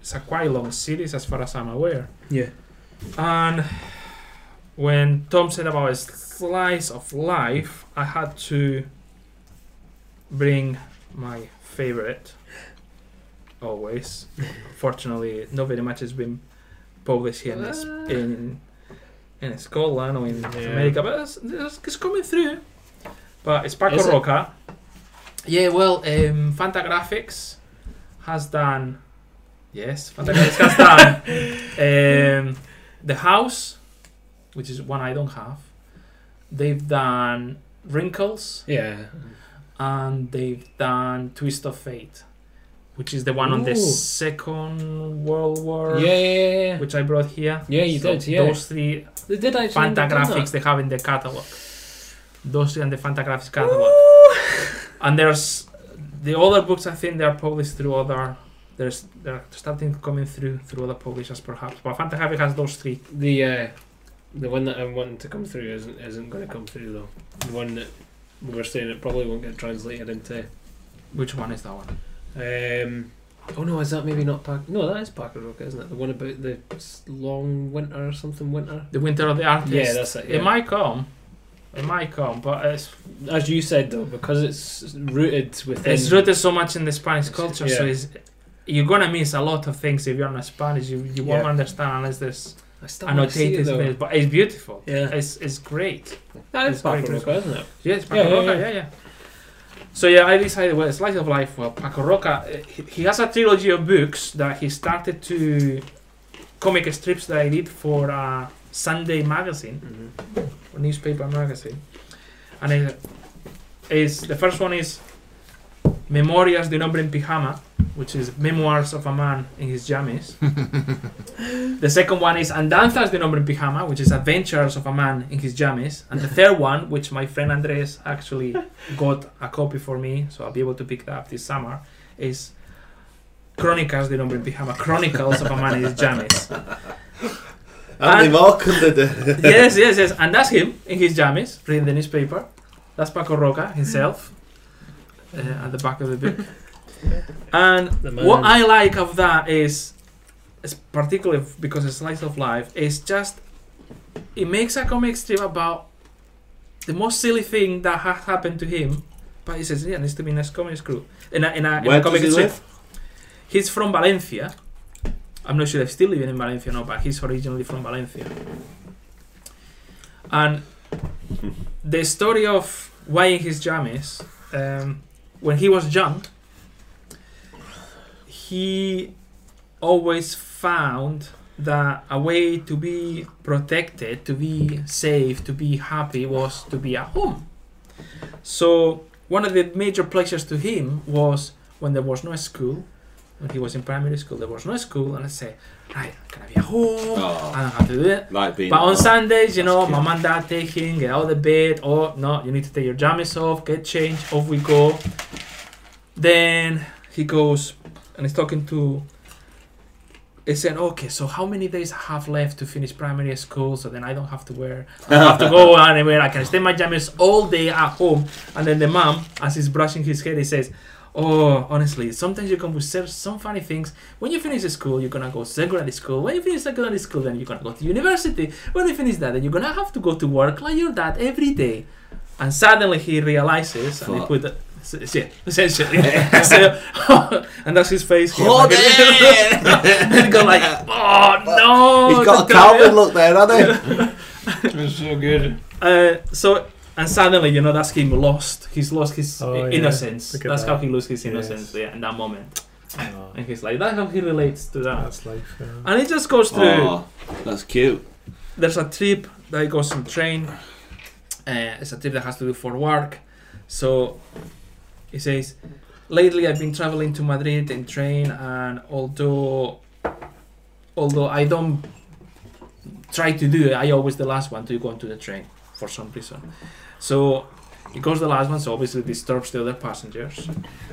it's a quite long series as far as I'm aware. Yeah. And when Tom said about his slice of life, I had to bring my favorite. Always, fortunately, not very much has been published here in this, in, in Scotland or in Yeah. America, but it's, it's it's coming through. But it's Paco Is it? Roca. Yeah, well, um, Fantagraphics has done. Yes, Fantagraphics has done um, The House, which is one I don't have. They've done Wrinkles, Yeah. and they've done Twist of Fate, which is the one on the Ooh. Second World Yeah, War, yeah, yeah. yeah. which I brought here. Yeah, you So did, yeah. Those three They did actually. end up doing Fantagraphics that. they have in the catalog. Those and the Fantagraphics catalog. And there's the other books. I think they are published through other. There's they're starting coming through through other publishers perhaps. But Fantagraphics has those three. The uh, The one that I'm wanting to come through isn't isn't going to come through though. The one that we were saying it probably won't get translated into. Which one is that one? Um, oh no, is that maybe not Park? No, that is Parker Rock, isn't it? The one about the s- long winter or something winter. The Winter of the Artist. Yeah, that's it. Yeah. It might come. It might come, but it's As you said though, because it's rooted within. it's rooted so much in the Spanish culture, so Yeah. it's, you're gonna miss a lot of things if you're not Spanish. You, you won't Yeah. understand unless there's I still wanna see it, annotated though. things. But it's beautiful. Yeah, It's it's great. that is it's quite Parker Rock, isn't it? Yeah, it's Yeah, yeah, Paco yeah, yeah. yeah, yeah. So yeah, I decided well, slice of life. Well, Paco Roca, uh, he, he has a trilogy of books that he started to comic strips that I did for uh, Sunday magazine newspaper magazine, and it is the first one is Memorias de un hombre en pijama, which is memoirs of a man in his jammies. the second one is Andanzas de un hombre en pijama, which is adventures of a man in his jammies, and the third one, which my friend Andres actually got a copy for me, so I'll be able to pick that up this summer, is Crónicas de un hombre en pijama, Chronicles of a man in his jammies How many And- more can they do? yes, yes, yes. And that's him in his jammies reading the newspaper. That's Paco Roca himself uh, at the back of the book. and The what man. I like of that is, is particularly because it's slice of life, is just it makes a comic strip about the most silly thing that has happened to him, but he says, yeah, needs to be in a comic screw. In a, in a, in Where a comic does he strip. live? He's from Valencia. I'm not sure if he's still living in Valencia or not, but he's originally from Valencia. And the story of why in his jammies, um, when he was young, he always found that a way to be protected, to be safe, to be happy was to be at home. So one of the major pleasures to him was when there was no school. When he was in primary school, there was no school, and I say, right, can I be at home? I Oh, don't have to do it. like being. But on Sundays, you That's know, cute. mom and dad take him, get out of the bed, or no, you need to take your jammies off, get changed, off we go. Then he goes and he's talking to. He said, okay, so how many days I have left to finish primary school so then I don't have to wear, I don't have to go anywhere, I can stay in my jammies all day at home. And then the mom, as he's brushing his hair, he says, oh, honestly, sometimes you come with cer- some funny things. When you finish school, you're gonna go secondary school. When you finish secondary school, then you're gonna go to university. When you finish that, then you're gonna have to go to work like your dad every day. And suddenly he realizes, and he Fuck. put, the- s- s- yeah, essentially, so, and that's his face. here. Hold and go like, oh no! He's got a the Calvin devil." look there, hasn't he? It's so good. Uh, so and suddenly, you know, that's him lost. He's lost his Oh, i- yeah. innocence. Look at That's that. how he loses his Yes. innocence. Yeah, in that moment, Oh, and he's like, that's how he relates to that. that's life. Yeah. And it just goes through. Oh, that's cute. There's a trip that he goes on train. Uh, it's a trip that has to do for work. So he says, lately I've been traveling to Madrid in train, and although although I don't try to do it, I always the last one to go into the train for some reason. So he goes the last one, so obviously disturbs the other passengers,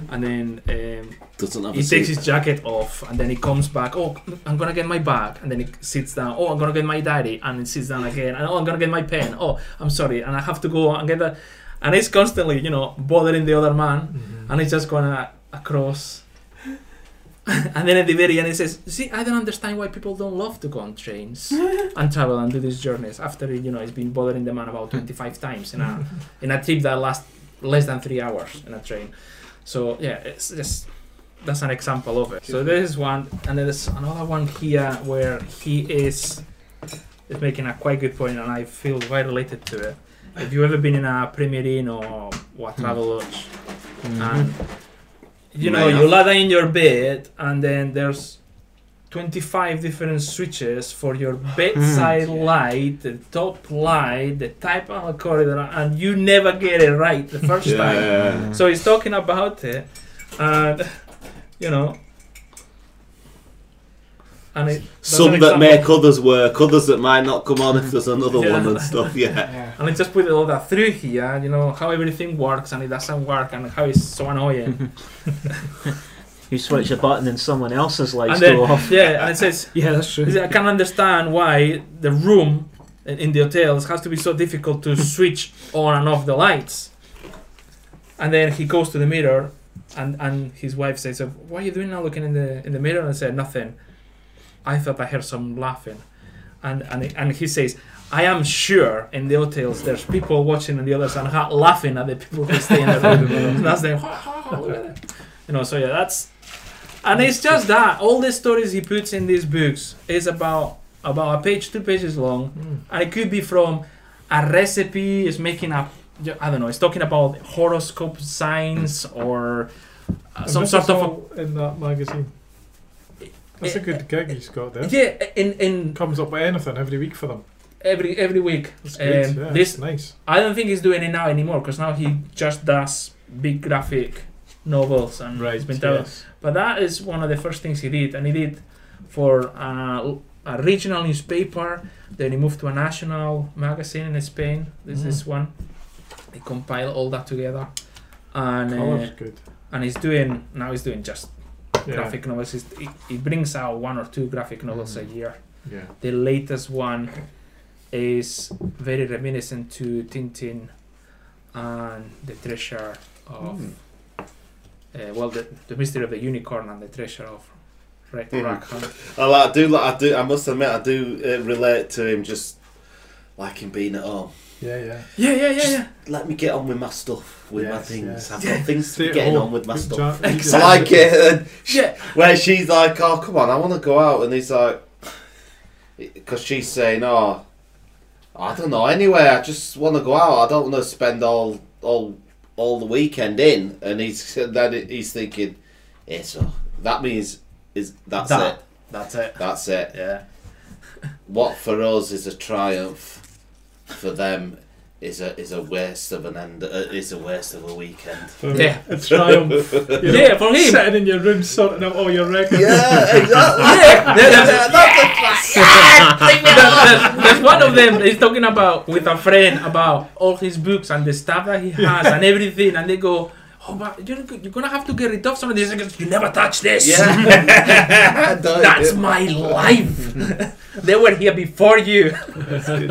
and then. Um, Doesn't have he a takes seat. his jacket off and then he comes back. Oh, I'm gonna get my bag, and then he sits down. Oh, I'm gonna get my diary, and he sits down again. And oh, I'm gonna get my pen. Oh, I'm sorry, and I have to go and get that. And he's constantly, you know, bothering the other man, Mhm. and he's just going a- across. and then at the very end, he says, "See, I don't understand why people don't love to go on trains and travel and do these journeys after you know he's been bothering the man about 25 times in a in a trip that lasts less than three hours in a train." So yeah, it's just that's an example of it. So this is one, and then there's another one here where he is is making a quite good point, and I feel quite related to it. If you've ever been in a Premier Inn or what travel lodge, Mm-hmm. and you know Yeah. you lie down in your bed, and then there's 25 different switches for your bedside light, the top light, the type of corridor, and you never get it right the first time. Yeah. uh, So he's talking about it, and you know, and it, that's Some an that example. make others work, others that might not come on if there's another Yeah. one and stuff. Yeah. and I just put all that through here, and you know how everything works and it doesn't work, and how it's so annoying. You switch a button and someone else's lights and then go off. yeah, and it says Yeah, that's true. I can understand why the room in, in the hotels has to be so difficult to switch on and off the lights. And then he goes to the mirror, and, and his wife says, "What are you doing now, looking in the in the mirror?" And I said, "Nothing. I thought I heard some laughing." And and and he says, "I am sure in the hotels there's people watching on the other side ha- laughing at the people who stay in the room." and that's the ha, ha, ha, look at that. you know. So yeah, that's and it's just that all the stories he puts in these books is about about a page, two pages long, Mm. and it could be from a recipe is making a I don't know. It's talking about horoscope signs or uh, And some this sort is of a, all in that magazine. That's a good gig he's got there. yeah. In in Comes up with anything every week for them. every every week. That's good. Um, yeah, this nice. I don't think he's doing it now anymore because now he just does big graphic novels and Right. he's been telling. yes. But that is one of the first things he did, and he did for uh, a regional newspaper. Then he moved to a national magazine in Spain. This is one. He compiled all that together, and uh, Colour's Oh, good. and he's doing now. He's doing just Yeah. graphic novels. He's, he, he brings out one or two graphic novels a year. Yeah. The latest one is very reminiscent to Tintin and the treasure of uh, well, the, the mystery of the unicorn and the treasure of Red Mhm. Rackham. I, like, I do. Like, I do. I must admit, I do uh, relate to him just like him being at home. Yeah. Yeah. Yeah, yeah, yeah, yeah. Let me get on with my stuff, with my Yes, things. yes. I've got things to Stay be at getting home. on with my Good job. stuff. I Exactly. like it. And Yeah. where she's like, "Oh, come on, I want to go out," and he's like, because she's saying, "Oh, I don't know. Anyway, I just want to go out. I don't want to spend all all all the weekend in." And he's and then he's thinking, "Yeah, so that means is that's That. it. That's it. That's it. Yeah. What for us is a triumph, for them." Is a is a waste of an end. Uh, is a waste of a weekend. For Yeah. A triumph. you know, Yeah, for him. Sitting in your room sorting out all your records. Yeah, exactly. Yeah, there- there's- that's the there's- there's one of them is talking about with a friend about all his books and the stuff that he has and everything, and they go, "Oh, but you're, you're gonna have to get rid of some of this." He goes, "You never touch this. Yeah. Don't- That's my life. they were here before you."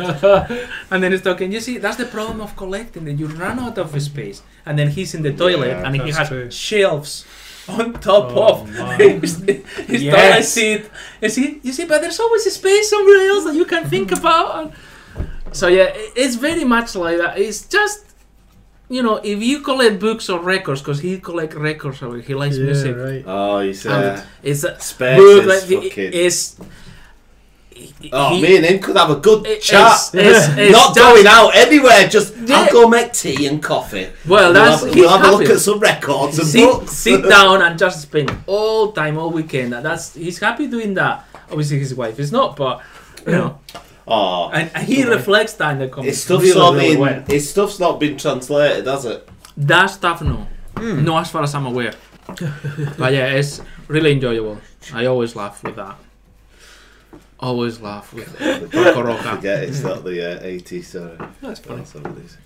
and then he's talking. You see, that's the problem of collecting. That you run out of space, and then he's in the toilet, Yeah, and he that's has true. shelves on top Oh, of wow. his, his Yes. toilet seat. You see, you see, but there's always a space somewhere else that you can think about. So yeah, i- it's very much like that. It's just. You know, if you collect books or records, because he collect records, or he likes Yeah, music. right. Oh, you And said it's a space book is like the- fucking. it's. oh, he- me and him could have a good it- chat. it's- it's- it's Not just- going out anywhere. Just Yeah. I'll go make tea and coffee. Well, that's we'll have, he's we'll have a look happy. at some records and sit, books. sit down and just spend all time, all weekend. And That's he's happy doing that. Obviously, his wife is not, but you know, Oh, and and he reflects that in the his comments. stuff's really, not really been. well. His stuff's not been translated, has it? That stuff, no, Hmm. no, as far as I'm aware. but yeah, it's really enjoyable. I always laugh with that. Always laugh with Paco Roca. Forget it's not the uh, 80s. Sorry, That's funny. That's what it is.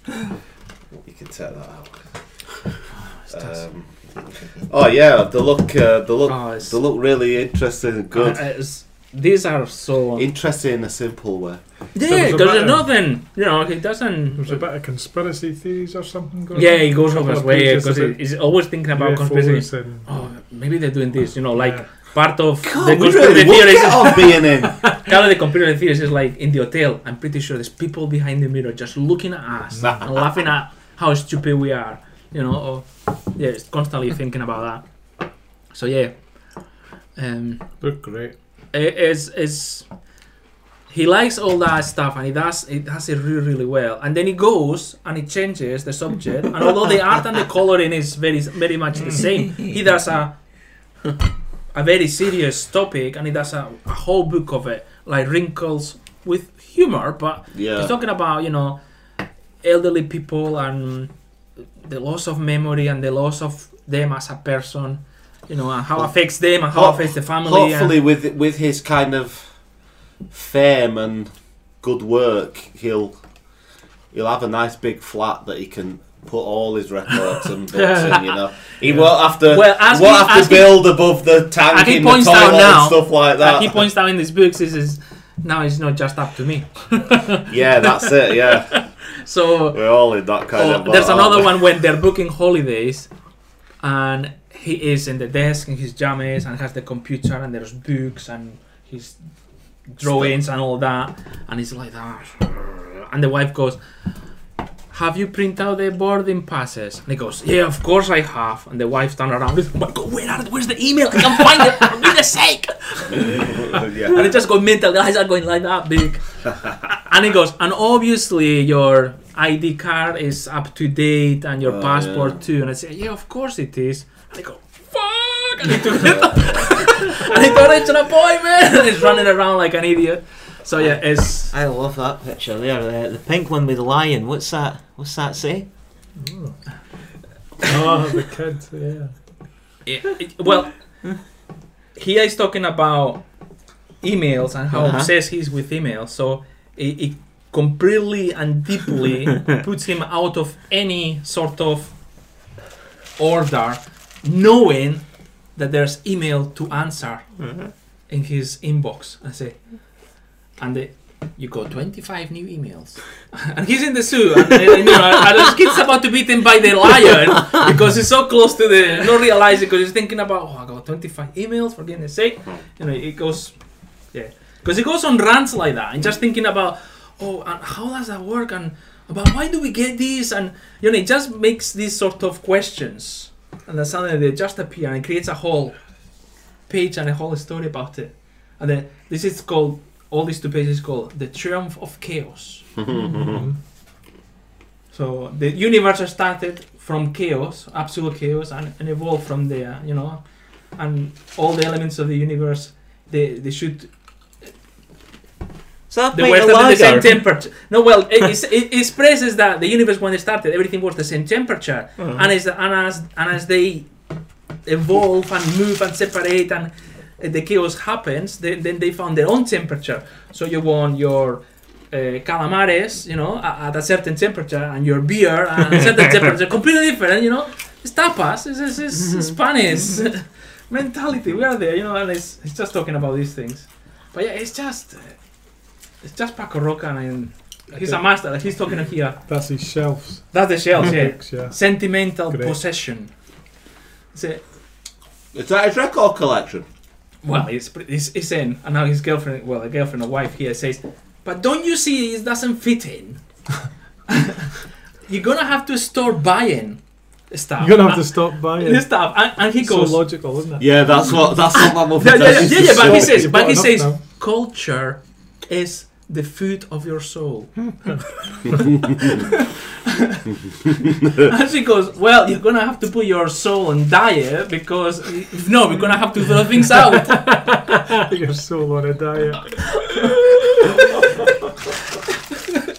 You can take that out. Um, oh yeah, the look. Uh, the look. Oh, it's, They look really interesting and good. uh, it's- these are so interesting in a simple way. yeah, was a because there's button. nothing. You know, he doesn't. There's a bit of conspiracy theories or something going Yeah, on. he goes Couple over his of way pages because of he's always thinking about UFOs conspiracy. and- Oh, maybe they're doing this, you know, like Yeah. part of the God, Oh, we conspiracy really would theories. get on being in. Kind of the conspiracy theories is like in the hotel. I'm pretty sure there's people behind the mirror just looking at us and laughing at how stupid we are, you know. Or, yeah, it's constantly thinking about that. So yeah, um, They're great. it- it's it's he likes all that stuff and he does it does it really really well and then he goes and he changes the subject and although the art and the coloring is very very much the same he does a a very serious topic and he does a, a whole book of it like wrinkles with humor but Yeah. he's talking about you know elderly people and the loss of memory and the loss of them as a person you know and how Ho- affects them and how ho- affects the family and- Hopefully, with with his kind of fame and good work, he'll he'll have a nice big flat that he can put all his records and books in. You know, he won't have to Well, as won't he- have as to he- build above the tank as he in the points toilet out now, and stuff like that that. he points out in his books is, is now it's not just up to me. Yeah, that's it. Yeah, So we're all in that kind or of. boat, Oh, there's aren't another we? one when they're booking holidays, and he is in the desk in his jammies and has the computer and there's books and his drawings and all that, and he's like that, and the wife goes. Have you printed out the boarding passes? And he goes, Yeah, of course I have. And the wife turned around. Oh my God, where are, where's the email? I can't find it. For goodness sake! and yeah. it just got mental. The eyes are going like that big. and it goes, and obviously your ID card is up to date and your Oh, passport yeah. too. And I say, yeah, of course it is. And I go, fuck! And I took it up. and I thought it's an appointment. and it's running around like an idiot. So yeah, it's I love that picture there. The, the pink one with the lion. What's that? What's that say? Oh. oh, the kid, yeah. it, it- Eh, well, he is talking about emails and how Uh-huh. obsessed he is with emails. So it, it completely and deeply puts him out of any sort of order, knowing that there's email to answer in his inbox. I say, and they, you got 25 new emails, and he's in the zoo. And, and, you know, and his kid's about to beat him by the lion because he's so close to the not realizing because he's thinking about oh, I got 25 emails for goodness sake. You know, it goes, yeah, because he goes on rants like that and just thinking about oh, and how does that work and about why do we get this and you know, it just makes these sort of questions and then suddenly they just appear and it creates a whole page and a whole story about it. And then this is called all these two pages called the triumph of chaos. So the universe started from chaos, absolute chaos, and, and evolved from there. You know, and all the elements of the universe they they should Is that they pint were of started the same lager? temperature. No, well, it, it's- it, it expresses that the universe when they started, everything was the same temperature, Mhm. and as and as and as they evolve and move and separate and uh, the chaos happens, then, then they found their own temperature. So you want your uh, calamares, you know, at, at a certain temperature, and your beer at a certain temperature, completely different, you know. It's tapas, it's, it's, it's Spanish mentality. We are there, you know, and it's, it's just talking about these things. But yeah, it's just it's just Paco Roca and he's a master. Like he's talking here. That's his shelves. That's the shells, yeah. Books, yeah. Sentimental Great. possession. It's a, Is that his record collection? well, it's, pre- it's it's in, and now his girlfriend, well, a girlfriend or wife here says, but don't you see it doesn't fit in? You're gonna have to start buying stuff. You're going to have to stop buying. this stuff, and, and he It's so goes, logical, isn't it? Yeah, that's what that's what my mother yeah, yeah, does. yeah, yeah, but he You've says, got but he enough says, now. culture is the food of your soul. and she goes, well, you're gonna have to put your soul on diet because if no, we're gonna have to throw things out. You're so on a diet.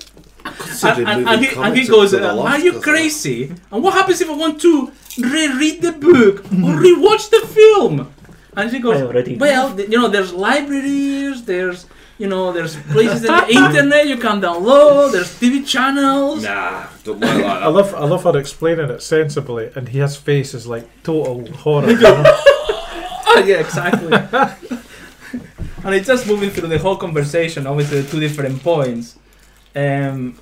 and, and- and he, and he goes, uh, are you crazy? And what happens if I want to reread the book or rewatch the film? And she I goes, already Well, th- you know, there's libraries, there's you know, there's places on the internet you can download, there's TV channels. Nah, don't work like I that. love, I love her explaining it sensibly, and his face is like total horror. you know? Oh, yeah, exactly. and it's just moving through the whole conversation, obviously, the two different points. Um,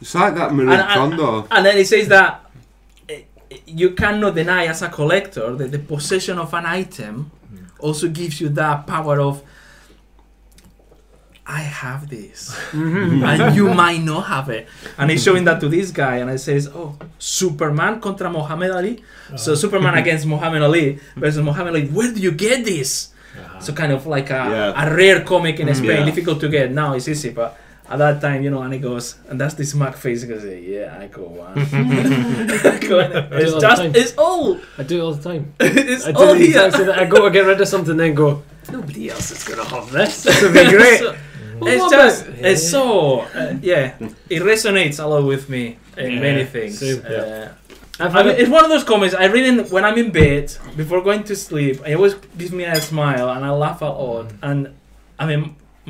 It's like that And I- Marie Kondo. and then it says that uh, you cannot deny, as a collector, that the possession of an item Hmm. also gives you that power of. I have this, and you might not have it. And he's showing that to this guy, and I says, "Oh, Superman contra Muhammad Ali." So Uh-huh. Superman against Muhammad Ali versus Muhammad Ali. Where do you get this? So kind of like a, Uh-huh. Yeah. Mm-hmm. a rare comic in Spain, Yeah. difficult to get. Now it's easy, but at that time, you know. And he goes, and that's this smug face. He goes, "Yeah, I go one." it's all the just, time. it's all, I do it all the time. it's I do all the here. exact same thing. I go to get rid of something, then go. Nobody else is gonna have this. This would be great. So- Well, it's what just about- it's so uh, yeah it resonates a lot with me in Yeah, many things same. uh, I've I had mean, it. it's one of those comments I read in, when I'm in bed before going to sleep it always gives me a smile and I laugh out loud and I mean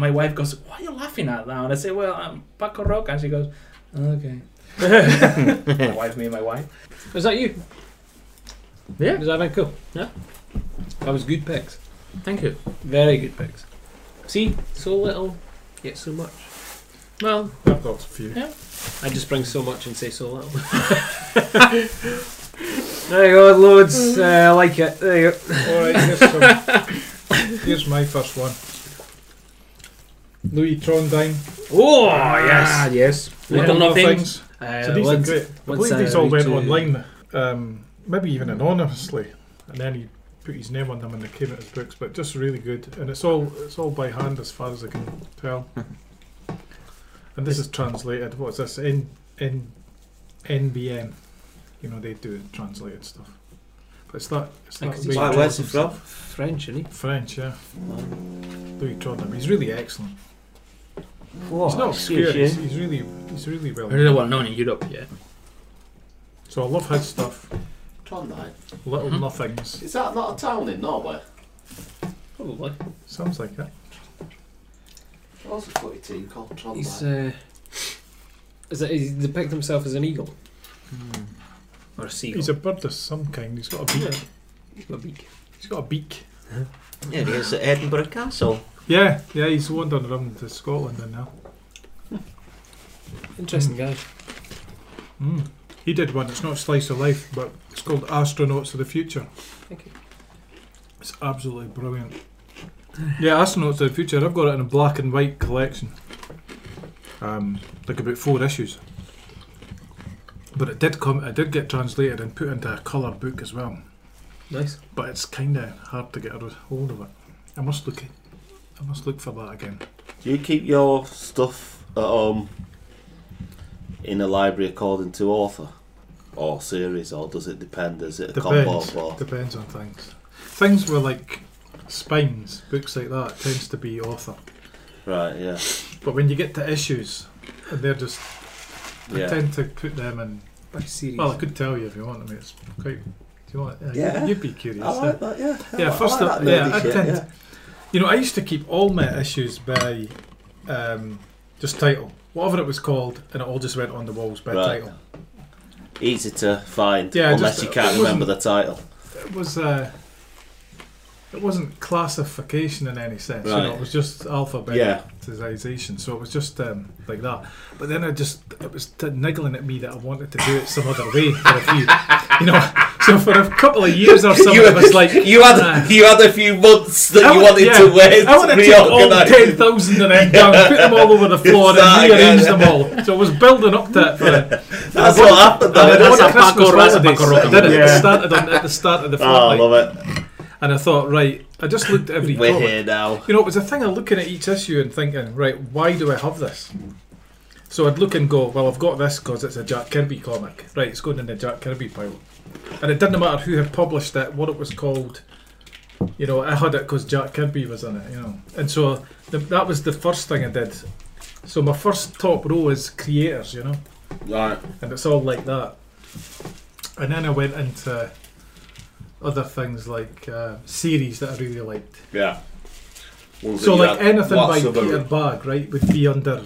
my wife goes why are you laughing at that and I say well I'm Paco Roca and she goes okay my wife me and my wife Was that you? Yeah. Was that right? Cool. Yeah. That was good picks. thank you Very good picks. See, so little, yet so much. Well, I've got a few. I just bring so much and say so little. there you go, loads. Uh, I like it. There you go. Alright, here's, some, here's my first one. Louis Trondheim. Oh Ah, yes. Little nothings. So Uh, these once- are great. I once believe I these all went reach, uh, online, um, maybe even anonymously, and then he put his name on them and they came out as books. But just really good, and it's all it's all by hand as far as I can tell. And this is translated. What's this? N N NBN. You know they do translated stuff, but it's that it's Yeah, that 'cause way he's Why, of where's he doing from? French, isn't he? French, yeah. Louis Trondheim. He's really excellent. Whoa, he's not excuse obscure. He's, Oh, you. he's really he's really well. Really well known in Europe, yeah. So I love his stuff. Trondheim. Little Mm-hmm. Mhm. nothings. Is that not a town in Norway? Probably. Sounds like it. What's a footy team called Trondheim? He's. Uh, is it, he depict himself as an eagle Hmm. or a seagull? He's a bird of some kind. He's got a beak. He's got a beak. He's got a beak. Yeah, he is at Edinburgh Castle. Yeah, yeah. He's wandering around to Scotland and now. Interesting guy. Mm. He did one. It's not slice of life, but it's called Astronauts of the Future. Thank you. It's absolutely brilliant. Yeah, Astronauts of the Future. I've got it in a black and white collection. Um, like about four issues. But it did come. It did get translated and put into a colour book as well. Nice. But it's kind of hard to get a hold of it. I must look. I must look for that again. Do you keep your stuff at home in a library according to author or series, or does it depend? Is it a combo Depends. of both? Depends on things. Things were like spines, books like that, tends to be author. Right, yeah. But when you get to issues, and they're just I Yeah. tend to put them in. By series. Well, I could tell you if you want. I mean, it's quite. Do you want? Yeah, Yeah. You'd be curious. I like that, yeah. I Yeah, like- I first like up- that nerdy yeah, I shit, tend- yeah. You know, I used to keep all my issues by um, just title, whatever it was called, and it all just went on the walls by Right. title. Easy to find Yeah, unless just- you can't it remember the title. It was. Uh, it wasn't classification in any sense. You know, Right. it was just alphabet. Yeah, prioritisation, so it was just um, like that. But then I just it was t- niggling at me that I wanted to do it some other way for a few, you know. So for a couple of years or something, You- it was like you "Ah, had you had a few months that I you want- wanted yeah, to wait. I want to take all ten reorganise. thousand and then down, put them all over the floor Start and rearrange again. them all. So I was building up to it for it. That's what happened. And Though, then innit? on that's a Christmas Paco Raza, holidays, Paco Roca. I did it. Yeah. It started on, at the start of the Oh, I fortnight, love it. and I thought, right, I just looked at every We're comic. here now. You know, it was a thing of looking at each issue and thinking, right, why do I have this? So I'd look and go, well, I've got this because it's a Jack Kirby comic. Right, it's going in the Jack Kirby pile. And it didn't matter who had published it, what it was called. You know, I had it because Jack Kirby was in it, you know. And so th- that was the first thing I did. So my first top row is creators, you know Right. and it's all like that. And then I went into other things like uh, series that I really liked. Yeah. Ones So that you like had anything by lots of Peter them. Bagg, right, would be under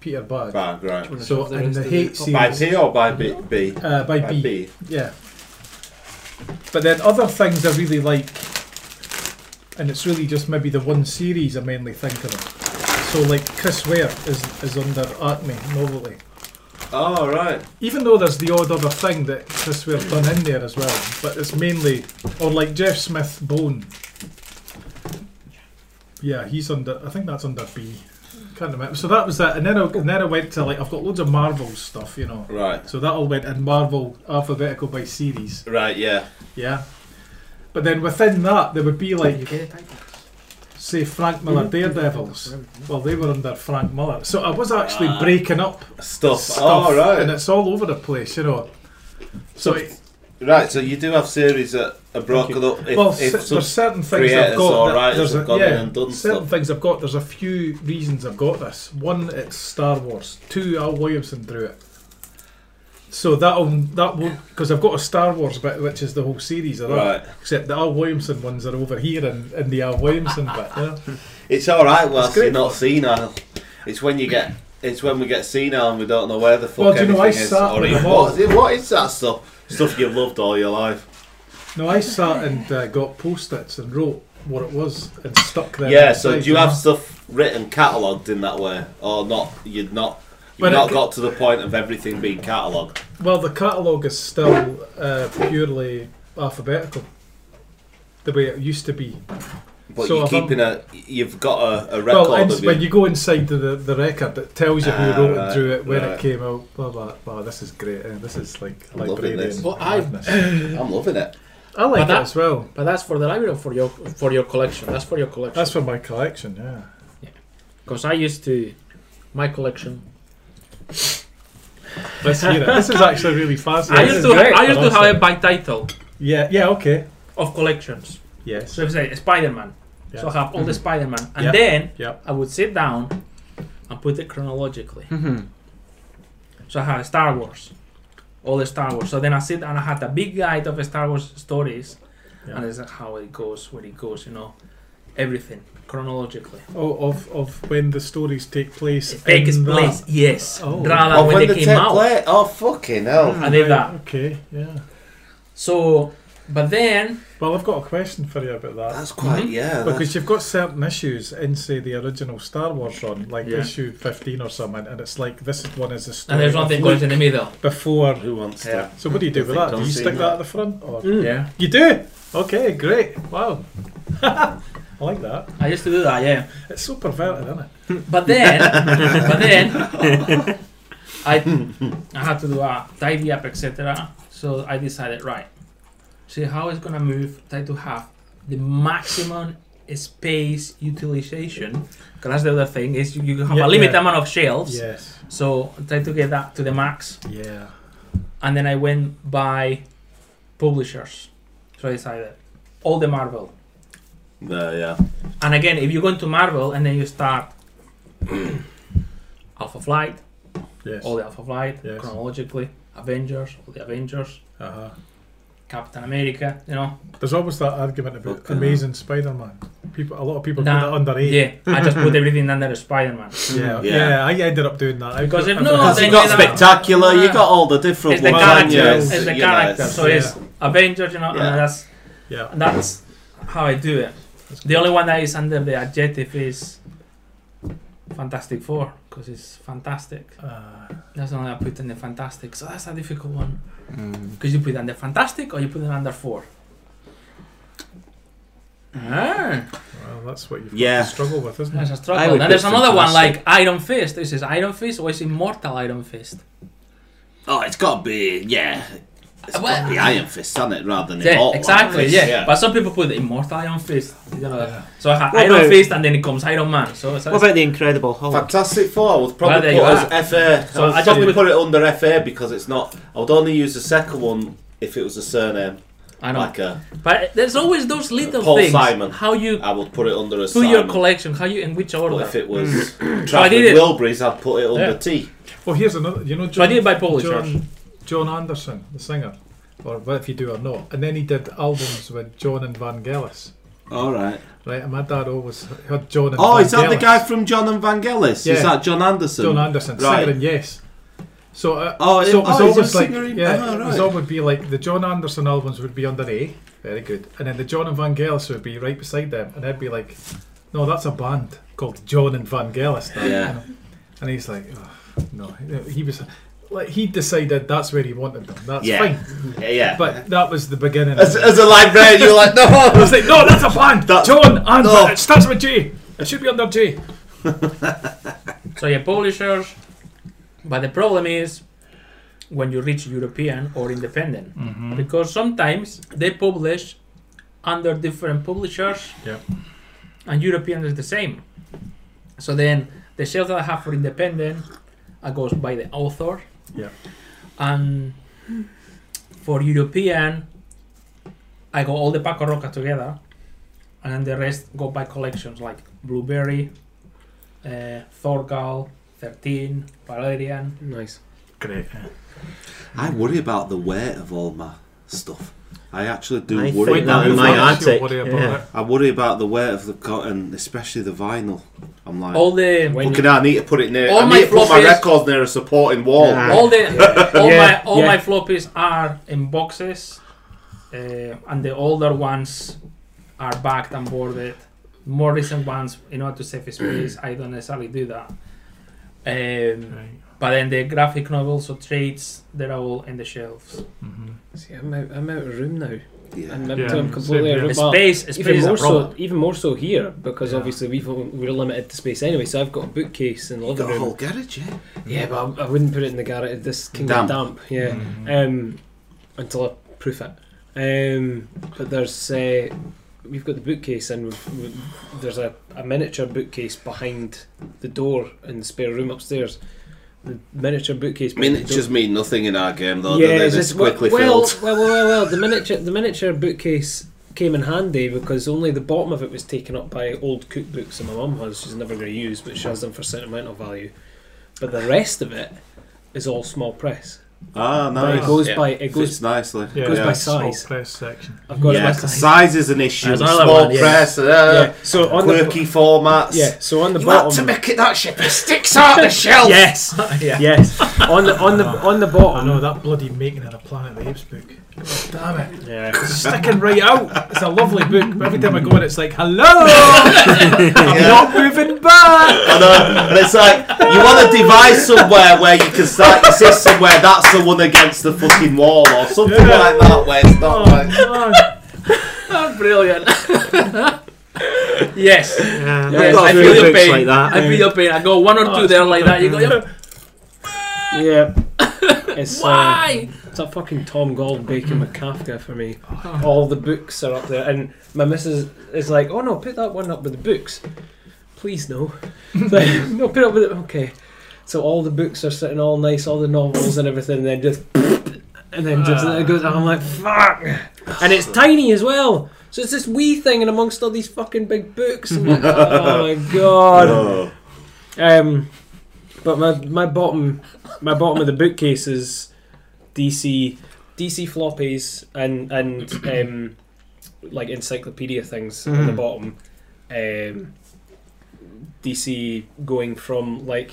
Peter Bagg. Right, right. So in the hate series, By T or by B? B. uh, by, By B, B. yeah. But then other things I really like, and it's really just maybe the one series I mainly think of. So like Chris Ware is is under Acme novelty. Oh, right. even though there's the odd other thing that Chris Ware's done in there as well, but it's mainly, or like Jeff Smith Bone. Yeah, he's under. I think that's under B. Can't remember. So that was that, and then I, and then I went to like I've got loads of Marvel stuff, you know. Right. So that all went in Marvel alphabetical by series. Right, yeah. Yeah, but then within that there would be like say Frank Miller Daredevils. Well, they were under Frank Miller. So I was actually Ah. breaking up Stuff. stuff, oh, right. and it's all over the place, you know. So, it, Right, so you do have series that are broken up. If, well, if s- some, there's certain things creators I've got. or that- writers there's have a- gone in yeah, and done certain stuff. things I've got. There's a few reasons I've got this. One, it's Star Wars. Two, Al Williamson drew it. So that'll that will because I've got a Star Wars bit, which is the whole series of that. Right. Except the Al Williamson ones are over here in, in the Al Williamson bit. Yeah. It's all right whilst great. you're not senile. It's when you get. It's when we get senile and we don't know where the fuck Well, do you know, I everything is. sat or with even them all. what, is it- what is that stuff? Stuff you've loved all your life. No, I sat and uh, got post its and wrote what it was and stuck them. yeah. inside, So do you you have know. stuff written catalogued in that way, or not? You'd not. You've But it not c- got to the point of everything being catalogued. Well, the catalogue is still uh, purely alphabetical, the way it used to be. But So you're if I'm- keeping a. You've got a, a record Well, ins- of when you. you go inside the, the, the record, it tells you Ah, who wrote right, it, drew it, when right. it came out. Blah blah blah. This is great. eh? This is like I'm loving librarian this. madness. Well, I- I'm loving it. I like But that- it as well. But that's for the library or for your for your collection. That's for your collection. That's for my collection. Yeah. Because I used to, my collection. Let's hear it. This is actually really fast. I This used is to, great. I used to Awesome. have it by title Yeah. Yeah. Okay. of collections. Yes. So if say Spider-Man, Yeah. so I have all the Spider-Man, and Mm-hmm. Yep. then Yep. I would sit down and put it chronologically. Mhm. So I have Star Wars, all the Star Wars. So then I sit and I had a big guide of Star Wars stories, Yeah. and it's how it goes, where it goes, you know, everything chronologically. Oh, of of when the stories take place. It takes in that. place, yes, Oh. rather Oh, when, they the came out. Mm-hmm. play. Oh fucking hell! I did that. Okay. Yeah. So, but then Well, I've got a question for you about that. That's quite Mhm. yeah. that's- Mm-hmm. Because you've got certain issues in, say, the original Star Wars run, like Yeah. issue 15 or something, and it's like this one is the story and there's of nothing Luke going in the middle. before. who wants Yeah. to? So what do you do with that? Do you Don't see stick that. that at the front? Or? Hmm. Yeah, You do? Okay, great. Wow. I like that. I used to do that. Yeah, It's so perverted, isn't it? but then, but then, I I had to do a tidy up, etc. So I decided, right, see how it's gonna move. Try to have the maximum space utilization. 'cause that's the other thing is you, you have Yeah, a limited yeah. amount of shelves. Yes. So try to get that to the max. Yeah. and then I went by publishers. So I decided all the Marvel. There, yeah. Oh, And again, if you go into Marvel and then you start Alpha Flight, Yes. all the Alpha Flight Yes. chronologically, Avengers, all the Avengers, Uh-huh. Captain America, you know. There's always that argument about Fucking Amazing Spider-Man. People, a lot of people Nah. put it under eight. Yeah, I just put everything under Spider-Man. Yeah. Yeah. yeah, I ended up doing that. I Because put- if I put- no, Because then you got you know- spectacular. You got all the different It's the ones. haven't you? character, yeah, it's it's- the you know, character. it's- So it's Avengers, you know, Yeah. and that's yeah, that's how I do it. The only one that is under the adjective is Fantastic Four because it's fantastic. uh, That's the only I put in the fantastic. So that's a difficult one Mm. because you put it under fantastic or you put it under four. Ah, well, that's what you've got Yeah. to struggle with, isn't that's a it? I struggle. would And there's put another one like Fantastic. Iron Fist. This is Iron Fist or is Immortal Iron Fist? Oh, it's got to be yeah. It's Well- got to be Iron Fist, hasn't it? Rather than Yeah, Immortal exactly. Fist, Yeah. but some people put Immortal Iron Fist. You know, Yeah. so I have What Iron about- Fist and then it comes Iron Man. So, so What about the Incredible Hulk? Fantastic Four would Oh. Well, probably there you put as FA. So I would I just probably would- put it under FA because it's not. I would only use the second one if it was a surname. I know. Like a, But there's always those little Paul things. Simon. How you I would put it under do a Simon. your collection? How you in which order? but if it was So I did Trafford it- Wilburys, I'd put it under Yeah. T. Well, here's another. You know, so I John, did it by Polish. John, John Anderson, the singer, or what if you do or not, and then he did albums with John and Vangelis, All right. right? And my dad always heard John and Oh, is that the Vangelis. guy from John and Vangelis? Is Yeah. that John Anderson? John Anderson, Right. singer, and yes. So, uh, Oh, so it- it was oh, he's a always like, singer in- yeah, oh, it was right. always be like the John Anderson albums would be under A, very good, and then the John and Vangelis would be right beside them, and I'd be like, no, that's a band called John and Vangelis. that, you Yeah. know. And he's like, "Ugh, no, he was like he decided that's where he wanted them. That's Yeah. fine. Yeah, yeah. But that was the beginning. as, as a librarian, you're like, I no. was like, no, that's a band. That- John and No. it starts with J. It should be under J. So yeah, Polishers. But the problem is when you reach European or independent, because sometimes they publish under different publishers, Yep. and European is the same. So then the shelf that I have for independent, I goes by the author. Yep. And for European, I go all the Paco Roca together, and then the rest go by collections like Blueberry, uh, Thorgal, 13, Valerian. Nice. Great. I worry about the weight of all my stuff. I actually do I worry think about that the in my weight. Don't you attic. worry about yeah. it. I worry about the weight of the cotton, especially the vinyl. I'm like, All the When fucking hell, I need to put it near. All I my need to put my floppies- records near a supporting wall. Yeah. all the all Yeah, my all yeah. my floppies are in eh, boxes, uh, and the older ones are bagged and boarded. more recent ones, in order to save space, I don't necessarily do that. Um, Right. but then the graphic novels or trades, they're all in the shelves. Mm-hmm. See, I'm out, I'm out of room now. Yeah. I'm, I'm, Yeah, I'm completely same out here. of room. Well, space, space even is a more problem. so, even more so here because Yeah. obviously we've, we're limited to space anyway. So I've got a bookcase in the Got living a room. whole garage, yeah. Yeah, but I, I wouldn't put it in the garret. This can damp. Damp. damp. Yeah. Mm. Mm-hmm. Um, until I proof it. Um, but there's uh, we've got the bookcase and we've, we there's a, a miniature bookcase behind the door in the spare room upstairs. The miniature bookcase. I mean, behind it the just mean nothing in our game, though. door- Yeah, they it's just just- quickly well, filled. well, well, well, well. The miniature the miniature bookcase came in handy because only the bottom of it was taken up by old cookbooks that my mum has. She's never going to use, but she has them for sentimental value. But the rest of it is all small press. Ah, nice. It goes yeah. by it goes Fits nicely. Yeah, goes by yeah. size. Small press section. I've got yeah, it 'cause by size. size is an issue. There's Small another one, yeah. press, uh, Yeah. So on the quirky formats. yeah, so on the you had to bottom. make it that ship. It sticks out the shelf. Yes, yeah. yes. On the on the on the I bottom. know that bloody making of the Planet of the Apes book. God damn it. Yeah. It's sticking right out. It's a lovely book, but every time I go in, it's like, hello! I'm not moving back! I know. And it's like you want a device somewhere where you can start your system where that's the one against the fucking wall or something Yeah. like that. Where it's not like Oh, Brilliant. yes. Yeah. Yes, got a I few feel your books pain. like that. I feel your pain. I go one or Oh, two there like that. You go, yeah, Yeah. It's, uh, why? it's a fucking Tom Gold Bacon McCafka for me. All the books are up there, and my missus is like, "Oh no, put that one up with the books." Please no. It's like, no, put it up with it. Okay. So all the books are sitting all nice, all the novels and everything, and then just and then just it goes. I'm like, fuck. And it's tiny as well. So it's this wee thing, and amongst all these fucking big books, I'm like, oh my god. Oh. Um, but my my bottom my bottom of the bookcase is DC DC floppies and and um, like encyclopedia things on the Mhm. bottom. Um, DC going from like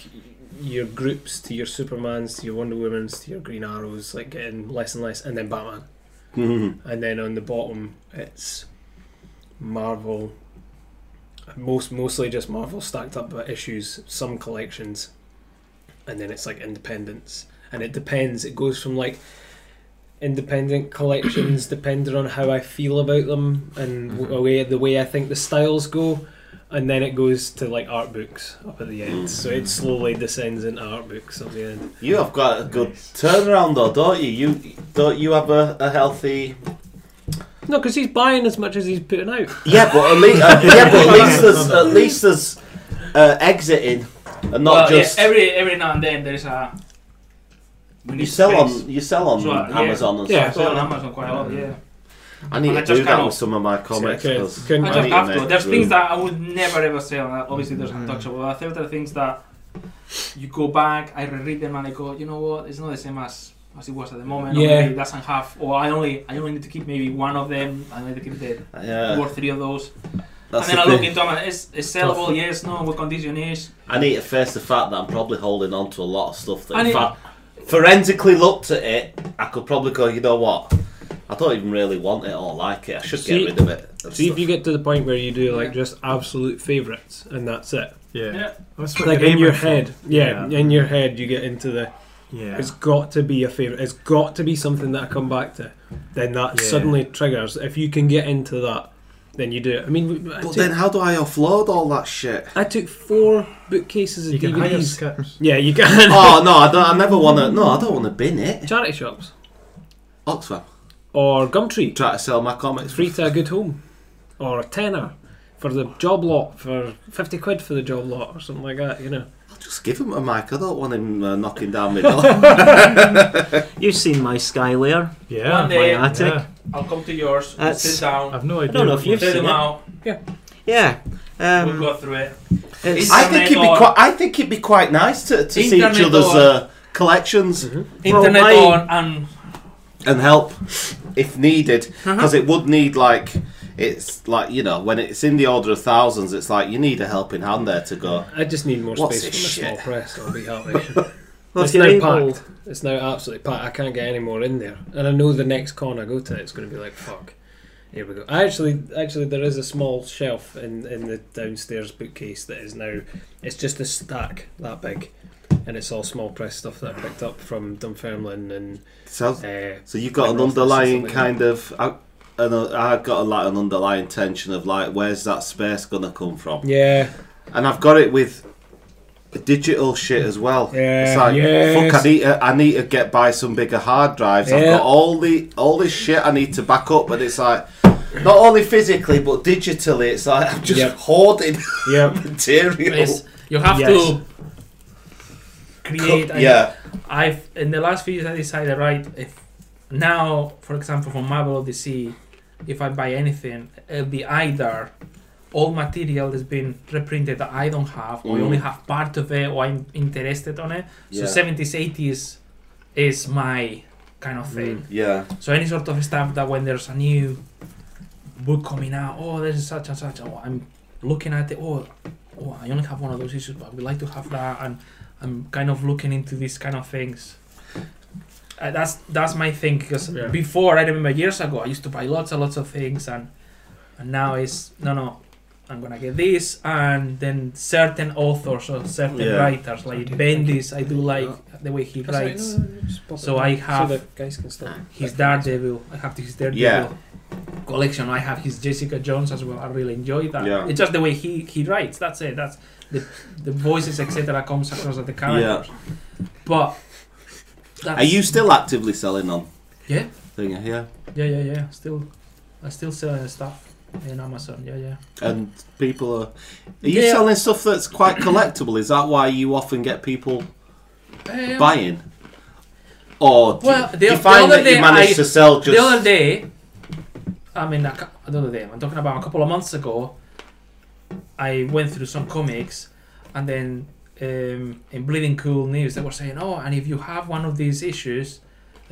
your groups to your Supermans to your Wonder Womans to your Green Arrows, like getting less and less, and then Batman, Mhm. and then on the bottom it's Marvel. Most mostly just Marvel stacked up by issues, some collections, and then it's like independence. And it depends. It goes from like independent collections, depending on how I feel about them and w- way the way I think the styles go, and then it goes to like art books up at the end. So it slowly descends into art books at the end. You have got a good turnaround, though, don't you? You don't you have a, a healthy? No, because he's buying as much as he's putting out. Yeah, but at least uh, yeah, but at least there's at least there's uh, exiting and not Well, yeah, just every every now and then there's a. We you sell space. on you sell on So, yeah. Amazon and Yeah. I stuff. sell on Amazon quite a lot. Yeah. I need And I to just do that cannot- with some of my comics okay, because couldn't- I I just need have to. There's things that. that I would never ever sell. and Obviously, there's Mm. untouchable. I think there are things that you go back, I reread them, and I go, you know what? It's not the same as as it was at the moment. Yeah. Or maybe it doesn't have. Or I only I only need to keep maybe one of them. I only need to keep the Yeah, two or three of those. that's and then I the look thing. into them. And it's, it's sellable. Yes. No. What condition is? I need to face the fact that I'm probably holding on to a lot of stuff that, And if it- I forensically looked at it, I could probably go, you know what? I don't even really want it or like it. I should See- get rid of it. and See if stuff." you get to the point where you do like Yeah. just absolute favourites and that's it. Yeah. Yeah. That's what Like you're in your aiming for. head, yeah, Yeah. in your head you get into the. Yeah. It's got to be a favourite. It's got to be something that I come back to. Then that Yeah. suddenly triggers. If you can get into that, then you do it. I mean, we- I, But took, then, how do I offload all that shit? I took four bookcases of you can hire DVDs. skips. Yeah, you can. oh no, I don't. I never want to. No, I don't want to bin it. Charity shops Oxfam or Gumtree. try to sell my comics. Free to a good home or a tenner for the job lot for 50 quid for the job lot or something like that, you know. I'll just give him a mic. I don't want him uh, knocking down my door. You've seen my sky layer. Yeah. One day- my attic. Yeah. I'll come to yours. We'll That's- sit down. I've no idea. know what if you've it Fill is. seen them it. out. Yeah. we'll Um, go through it. it's, I think it'd be Internet quite. I think it'd be quite nice to, to see each Internet other's on. uh, collections Well, Internet my- on and and help if needed because it would need like it's like you know when it's in the order of thousands. It's like you need a helping hand there to go. I just need more What's space this for my shit? small press. I'll be happy. well, it's if you're now able, packed. It's now absolutely packed. I can't get any more in there, and I know the next con I go to, it's going to be like fuck. Here we go. Actually, actually, there is a small shelf in, in the downstairs bookcase that is now. It's just a stack that big, and it's all small press stuff that I picked up from Dunfermline and. So, Uh, so you've got an Like Ross underlying is something kind of. I, and I've got a, like an underlying tension of like, where's that space gonna come from? yeah, And I've got it with digital shit as well. Yeah, it's like yes. fuck. I need to, I need to get by some bigger hard drives. I've Yeah. got all the all this shit I need to back up, and it's like not only physically but digitally. It's like I'm just Yep. hoarding yeah. material. Yes, you have to create. I- yeah, I've in the last few years I decided right if now, for example, from Marvel or DC, if I buy anything, it'll be either all material that's been reprinted that I don't have, or I Mm. only have part of it, or I'm interested on it. Yeah. So seventies, eighties is my kind of Mm. thing. yeah. So any sort of stuff that when there's a new book coming out, oh, there's such and such, oh, I'm looking at it, oh, oh, I only have one of those issues, but I would like to have that, and I'm kind of looking into these kind of things. Uh, that's that's my thing because Yeah. before I remember years ago I used to buy lots and lots of things and and now it's no no I'm gonna get this and then certain authors or certain Yeah. writers like Bendis I do like the way he writes So I have- So the guys can still. his Daredevil. I have his Daredevil Yeah. collection. I have his Jessica Jones as well. I really enjoy that. Yeah. It's just the way he, he writes. That's it. That's the the voices etc. comes across at the characters. But that's, Are you still actively selling on? Yeah. Thing, yeah. Yeah, yeah, yeah. Still, I still selling stuff in Amazon. Yeah, yeah. And people are. Are you Yeah. selling stuff that's quite collectible? Is that why you often get people Um, buying? Or do, Well, you, the- do you the find other that you day manage I- to sell just. The other day, I mean, a cou- the other day, I'm talking about a couple of months ago, I went through some comics and then um, in Bleeding Cool News, they were saying, oh, and if you have one of these issues,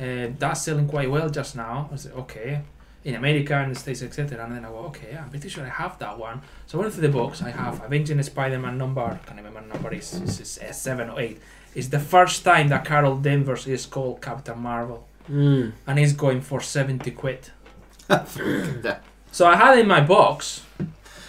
uh, that's selling quite well just now. I said, okay. In America and the States, etc. And then I go, okay, I'm pretty sure I have that one. So I went through the books. I have Avenging Spider Man number, I can't remember number, is, is, is uh, 7 or 8. It's the first time that Carol Danvers is called Captain Marvel Mm. and he's going for 70 quid. Yeah. So I had it in my box.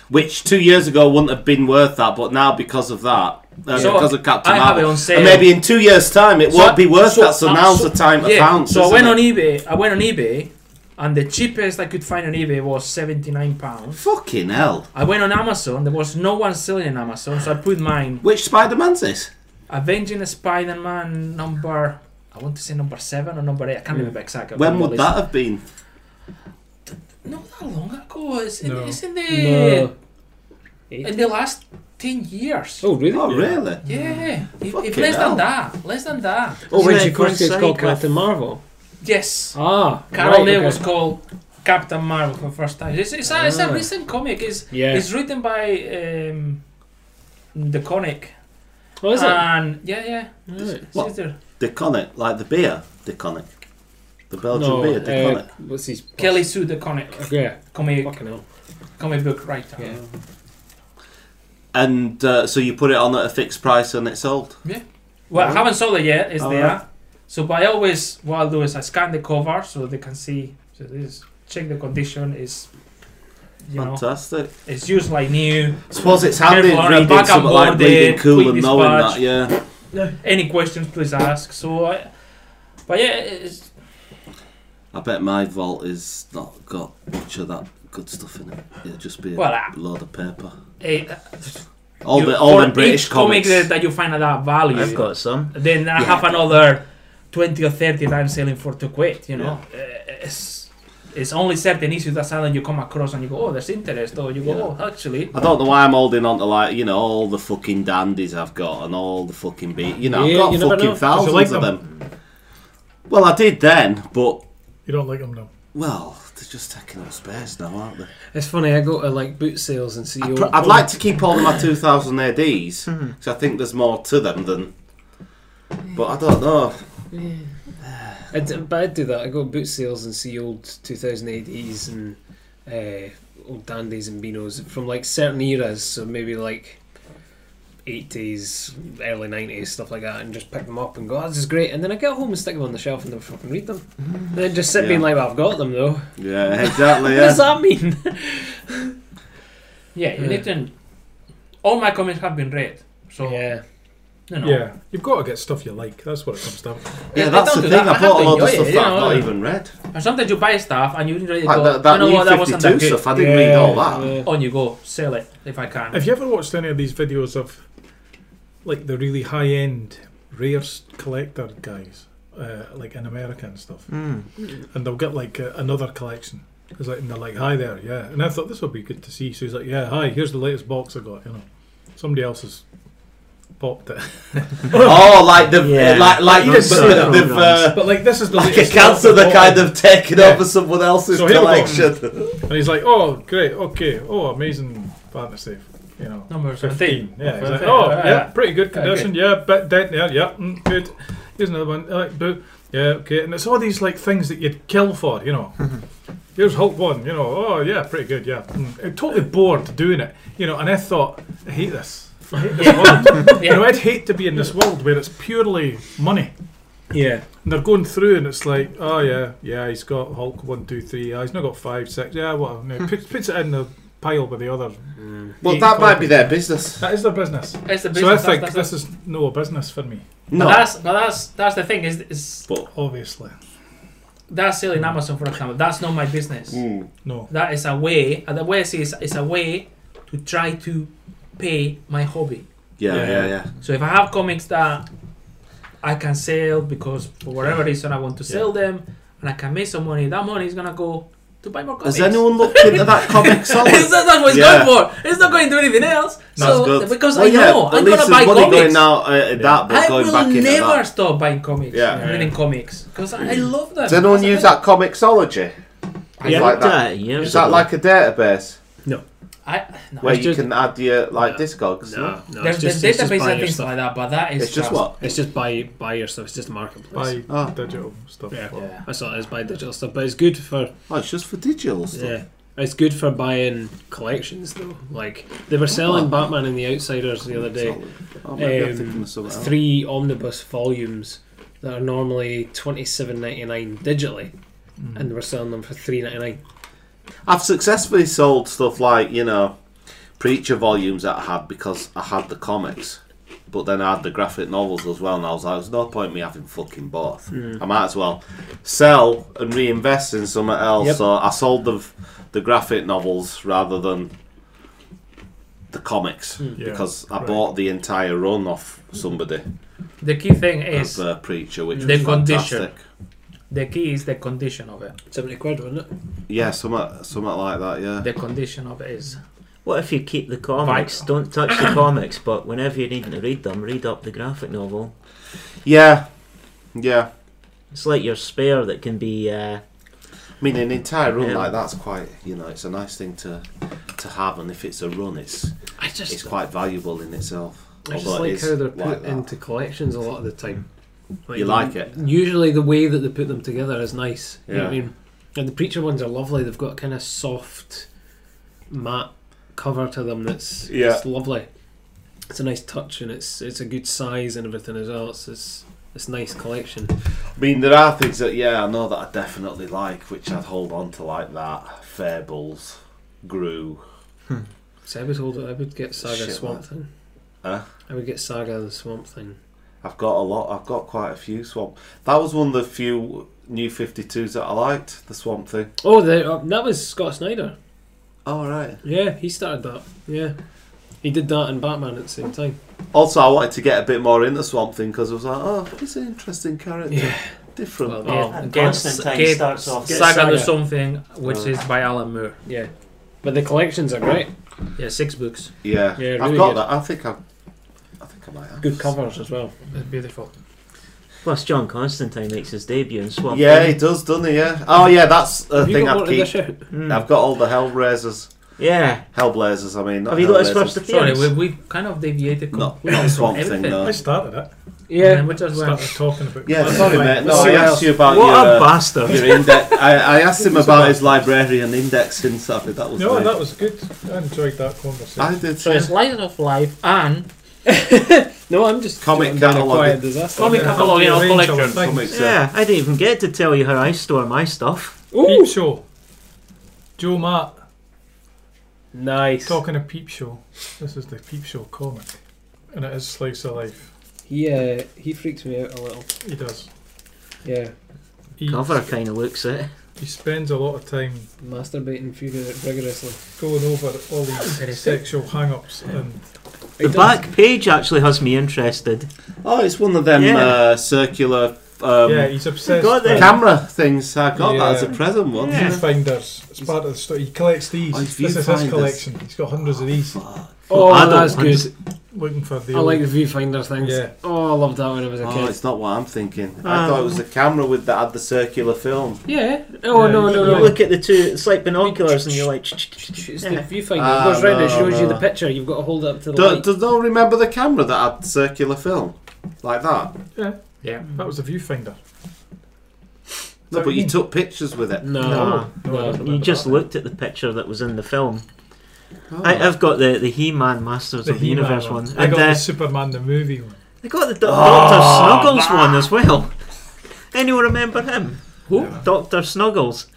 Which two years ago wouldn't have been worth that, but now because of that, uh, So because of Captain I have it Marvel, on sale. and maybe in two years' time it So won't I- be worth so that. So I'm now's so- the time to yeah. pounce. so I isn't went it? on e- eBay. I went on eBay, and the cheapest I could find on eBay was 79 pounds. Fucking hell! I went on Amazon. There was no one selling on Amazon, so I put mine. Which Spider Man's this? Avenging Spider-Man number. I want to say number seven or number eight. I can't remember exactly. When would that have been? Not that long ago. It's in, No. it's in the No. in the last ten years. Oh really? Oh, really? Yeah, if, if Fucking less hell. than that, less than that. Oh, when Isn't she it first gets coincide called with- Captain Marvel. Yes. Ah, Carol right, Day okay. was called Captain Marvel for the first time. It's, it's, a, it's a Ah. recent comic. It's, Yeah. it's written by um, the Conic. Oh, is it? And yeah, yeah. Right. It's What? either Deconic, like the beer, Deconic, the Belgian No, beer, uh, Deconic. what's his? Kelly Sue the Conic, Yeah. comic, Fucking hell. comic book writer. Yeah. and uh, so you put it on at a fixed price and it's sold. Well, I haven't sold it yet. It's Oh, there. right. So, but I always what I'll do is I scan the cover so they can see. So this check the condition is. You know, Fantastic. it's used like new. Suppose it's handy Careful, Arnie, reading back something up like board eh? reading with cool quick and knowing that. dispatch. Yeah, Any questions, please ask. So, I, but yeah, it's, I bet my vault is not got much of that good stuff in it. It'll just be a Well, I- load of paper. it All you- the all for them British each comic comics. that, that you find at that value. Oh, I've got some. Then I Yeah. have another twenty or thirty that I'm selling for to quit. You know, Uh, it's it's only certain issues that suddenly you come across and you go, oh, there's interest, or you go, Yeah. oh, actually, I don't know why I'm holding on to like you know all the fucking dandies I've got and all the fucking beat. You know Yeah, I've you never got fucking know. 'Cause you thousands like of them. them. Well, I did then, but You don't like them now. well, they're just taking up space now, aren't they? It's funny. I go to like boot sales and see. I old pr- I'd books. like to keep all of my 2000 ADs because Mm-hmm. I think there's more to them than. But I don't know. I d- but I do that. I go to boot sales and see old 2008s and uh, old dandies and beanos from like certain eras. So maybe like 80s, early 90s, stuff like that, and just pick them up and go, oh, this is great. And then I get home and stick them on the shelf and never fucking read them. And then just sit Yeah. being like, well, I've got them though. Yeah, exactly. What does Yeah. that mean? Yeah, you Yeah. need to. All my comments have been read, so yeah. you know. Yeah, you've got to get stuff you like. That's what it comes down. to. Yeah, I that's don't the do thing. that. I bought have to a lot of enjoy stuff it, that you I've know. not even read. And sometimes you buy stuff and you really Like go, Ah, that, E that you know what, that new wasn't that 52 good. stuff, I didn't read Yeah. all that. On you go, sell it if I can. Have you ever watched any of these videos of like the really high end rare s- collector guys, uh, like in America and stuff? Mm. And they'll get like uh, another collection. It's like, and they're like, "Hi there, yeah." And I thought this would be good to see. So he's like, "Yeah, hi. Here's the latest box I got. You know, somebody else has popped it." Oh, like the Yeah. like like You the, just see the- that. they've, uh, But like, this is the like a latest cancer box I that kind bought. of taken Yeah. over someone else's So here we go. collection. And he's like, "Oh, great. Okay. Oh, amazing fantasy. You know." Number 15. 17. Yeah, he's like, Fifteen. oh, Yeah. yeah, pretty good Yeah, condition. Yeah, bit dent there. Yeah, mm, good. Here's another one. Uh, boo. Yeah, okay. And it's all these like things that you'd kill for, you know. Here's Hulk one, you know. Oh yeah, pretty good. Yeah, mm. I'm totally bored doing it, you know. And I thought, I hate this. I hate this world. You know, I'd hate to be in this world where it's purely money. Yeah. And they're going through, and it's like, oh yeah, yeah, he's got Hulk one, two, three. Yeah, he's not got five, six. Yeah, whatever. No, puts, puts it in the pile with the others. Well, that might be their business. That is their business. It's the So I business. think that's, that's, this is no business for me, but No, that's, but that's that's the thing is is obviously. that's selling Amazon for example. That's not my business. Mm. No. That is a way. And the way I see is is a way to try to pay my hobby. yeah, Yeah. yeah, yeah. So if I have comics that I can sell because for whatever reason I want to sell them and I can make some money, that money is gonna go to buy more comics. Has anyone looked into that comic It's- solid? that's what it's Yeah. going for. It's not going to do anything else. so good. because Well, I know yeah, at I'm least gonna there's buy money comics. going out uh, at that, but I going will back into never that. stop buying comics. Yeah. and reading comics because I love them. Does anyone use that comicsology? I Yeah. Like looked that. at it years Is that ago. like a database I, no. where It's you just- can add your like No. discogs? No, no. There's it's just, the it's just database buy and your things stuff. like that, but that is It's just what It's just buy buy your stuff. It's just a marketplace. Buy Ah. digital stuff. Yeah. Well, That's all. It's buy digital stuff, but it's good for Oh, it's just for digital stuff. Yeah. It's good for buying collections though. Like they were selling Batman and the Outsiders the other day. Solid. Oh, maybe I'm Um, thinking of something else. Three omnibus volumes that are normally twenty seven ninety nine digitally Mm. and they were selling them for three ninety nine. I've successfully sold stuff like, you know, Preacher volumes that I had because I had the comics. But then I had the graphic novels as well, and I was like, there's no point me having fucking both. I might as well sell and reinvest in something else. Yep. So I sold the the graphic novels rather than the comics Yeah, because I right. bought the entire run off somebody the key thing is of uh, Preacher, which The was condition. fantastic. the key is the condition of it. Seventy quid, wasn't it? Yeah, something, something like that, yeah. The condition of it is What if you keep the comics? Don't touch the comics, but whenever you're needing to read them, read up the graphic novel. Yeah, yeah. It's like your spare that can be. Uh, I mean, an entire run Yeah. like that's quite, you know, it's a nice thing to to have, and if it's a run, it's I just it's quite valuable in itself. I just Although it like is how they're like put that. into collections a lot of the time. You like it? Usually the way that they put them together is nice. You know what I Yeah. mean? And the preacher ones are lovely. They've got kind of soft matte cover to them that's Yeah. it's lovely. It's a nice touch and it's it's a good size and everything as well. It's it's, it's nice collection. I mean, there are things that yeah, I know that I definitely like, which I'd hold on to like that. Fables, Gru. So I would hold it, I would get Saga Shit, Swamp man. Thing. Huh? I would get Saga the Swamp Thing. I've got a lot. I've got quite a few Swamp. That was one of the few new Fifty Twos that I liked. The Swamp thing. Oh, the, uh, that was Scott Snyder. All right. Yeah, he started that. Yeah, he did that and Batman at the same time. Also, I wanted to get a bit more into Swamp Thing because I was like, oh, he's an interesting character, Yeah. Well, different. Yeah. and Get- Constantine get- starts off. Uh. get- Saga Saga. to something, which is by Alan Moore. Yeah, but the collections are great. Yeah, six books. Yeah, Yeah, I've really got good. that. I think I, I think I might have. Good covers as well. It's beautiful. Plus, John Constantine makes his debut in Swamp. Yeah, he Thing. does, doesn't he? Yeah. Oh, yeah. That's a Have you thing got I'd one of this keep. out? Mm. I've got all the Hellblazers. yeah. Hellblazers. I mean, not Have you got his Hellblazers. first Sorry, appearance? we, we kind of deviated No, completely not Swamp from Thing everything. though. I started it. And then Yeah, we just went, Started talking about. Yeah, That's sorry, fine. mate. No, That's I fine. asked you about what a your, uh, bastard! your index. I, I asked him about his librarian indexing stuff. That was. No, great. that was good. I enjoyed that conversation. I did. so it's Light of Life and No, I'm just Comic I'm being a catalog. quiet disaster. Comic Yeah. catalog, you know, Range of collection. things. Comics, uh, Yeah, I didn't even get to tell you how I store my stuff. Peep Ooh, show. Joe Matt nice. talking of peep show. This is the peep show comic, and it is slice of life. He uh, he freaks me out a little. He does. Yeah, He, Cover kind of looks it. he spends a lot of time masturbating fugu- rigorously. going over all these sexual hang-ups and The It does. back page actually has me interested. Oh, it's one of them Yeah. uh, circular um, yeah, he's obsessed. got with it. camera things. I got that as a Yeah. present once. Yeah. Viewfinders. It's part of the story. He collects these. Oh, this it's is his viewfinders. collection. He's got hundreds of these. Oh, I don't that's want good. to- Looking for the. I like the viewfinder things. Yeah. Oh, I loved that when I was a Oh, kid. it's not what I'm thinking. Ah. Um, I thought it was the camera with that had the circular film. Yeah. Oh Yeah, no you no You no. look at the two, it's like binoculars, and you're like, It's the Yeah. viewfinder. Ah, it goes round. It no, shows you no. the picture. You've got to hold it up to the Do, light. does no one remember the camera that had circular film like that? Yeah, Yeah. that was the viewfinder. No, So but you you took pictures with it. no, No, no. I don't you remember just that. looked at the picture that was in the film. Oh. I, I've got the, the He Man Masters of the He-Man Universe one. I and got uh, the Superman the movie one. I got the Do- Doctor Snuggles one as well. Anyone remember him? Who? Doctor Snuggles.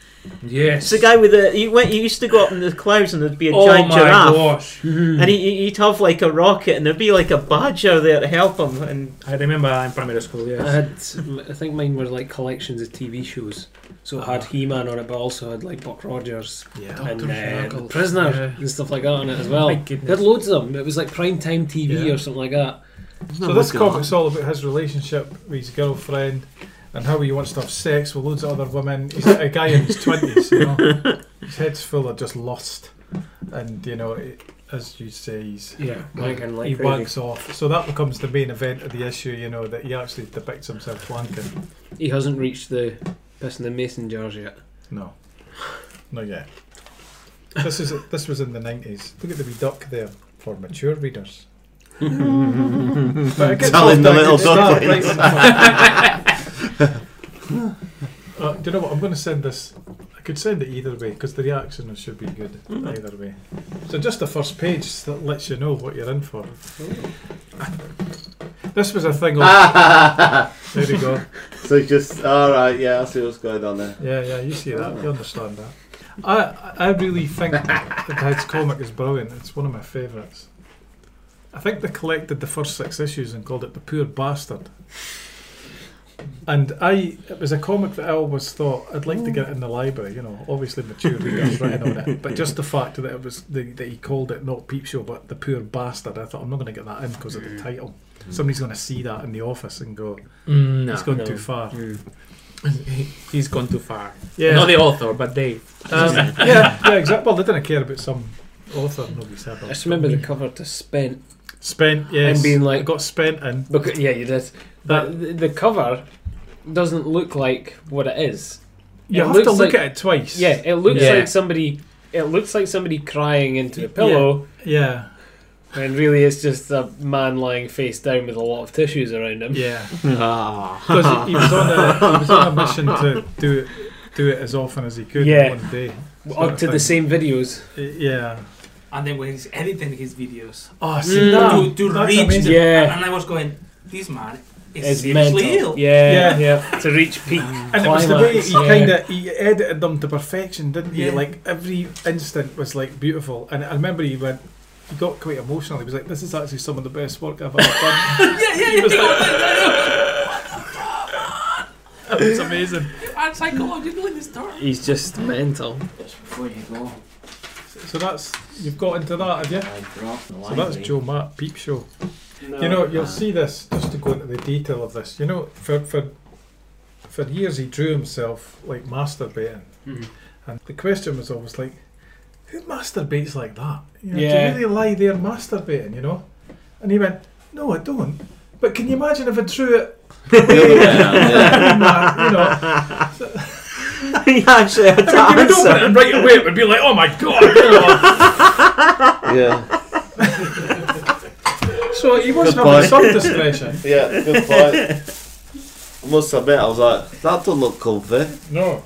Yes. It's the guy with the. He went. He used to go up in the clouds, and there'd be a oh giant my giraffe, gosh. Mm-hmm. and he, he'd have like a rocket, and there'd be like a badger there to help him. And I remember in primary school, I yes. had. I think mine were like collections of TV shows. So it had He-Man on it, but also had like Buck Rogers Yeah. and Dr. uh, the Snuggles. Prisoner Yeah. and stuff like that on it as well. My They had goodness. loads of them. It was like prime time TV Yeah. or something like that. So this comic's all about his relationship with his girlfriend and how he wants to have sex with loads of other women. He's a guy in his twenties, you know. His head's full of just lust, and you know, it, as you say, he's. Yeah, wanking like he crazy. wanks off, so that becomes the main event of the issue. You know that he actually depicts himself wanking. He hasn't reached the piss in the mason jars yet. No, not yet. This is this was in the nineties. Look at the wee duck there for mature readers. But it gets Telling off the to a little good start, ducklings. right? Uh, do you know what? I'm going to send this. I could send it either way because the reaction should be good either way. So just the first page that lets you know what you're in for. This was a thing. Ah. Of, there you go. so you just all right, yeah. I see what's going on there. Yeah, yeah, you see that. You understand that. I I really think the Heads comic is brilliant. It's one of my favourites. I think they collected the first six issues and called it The Poor Bastard. And I, it was a comic that I always thought I'd like to get in the library. You know, obviously mature readers writing on it, but just the fact that it was the, that he called it not Peep Show, but The Poor Bastard. I thought I'm not going to get that in because of the title. Somebody's going to see that in the office and go, Mm, no. "It's gone no. too far." He- He's gone too far. Yeah, Not the author, but they. Um, yeah, yeah, exactly. Well, they didn't care about some author. Nobody said I that. just remember the cover to spent. Spent, yes. And being like- I got spent in. Because, yeah, you did. But the, the cover doesn't look like what it is. You it have to looks look like- at it twice. Yeah, it looks Yeah. like somebody. It looks like somebody crying into a pillow, yeah, and really it's just a man lying face down with a lot of tissues around him. yeah. ah, Because he, he was on a he was on a mission to do it do it as often as he could Yeah. in one day. Up to the same videos. Uh, Yeah. And then when he's editing his videos, Oh, see, see Mm. that- to, to that's reach amazing. Yeah. And I was going, this man is It's seriously mental. ill. Yeah, Yeah. yeah, To reach peak. And it was the way climax, he yeah. kind of he edited them to perfection, didn't he? Yeah. Like every instant was like beautiful. And I remember he went, he got quite emotional. He was like, "This is actually some of the best work I've ever done." Yeah, yeah, yeah. was like- It's amazing. I'm psychological in this term. He's just mental. Just before you go, so that's you've got into that, have you? I dropped the So that's Joe Matt Peep Show. You know, you'll see this just to go into the detail of this. You know, for for for years he drew himself like masturbating, Mhm. and the question was always like, who masturbates like that? You know, Yeah. Do you really lie there masturbating? You know, and he went, no, I don't. But can you imagine if I drew it? you know, he actually had to I mean, you would open it answer. and right away it would be like, oh my god. you know. Yeah, So he was Good having boy. some discretion. yeah. Good point. I must admit, I was like, that don't look comfy. No.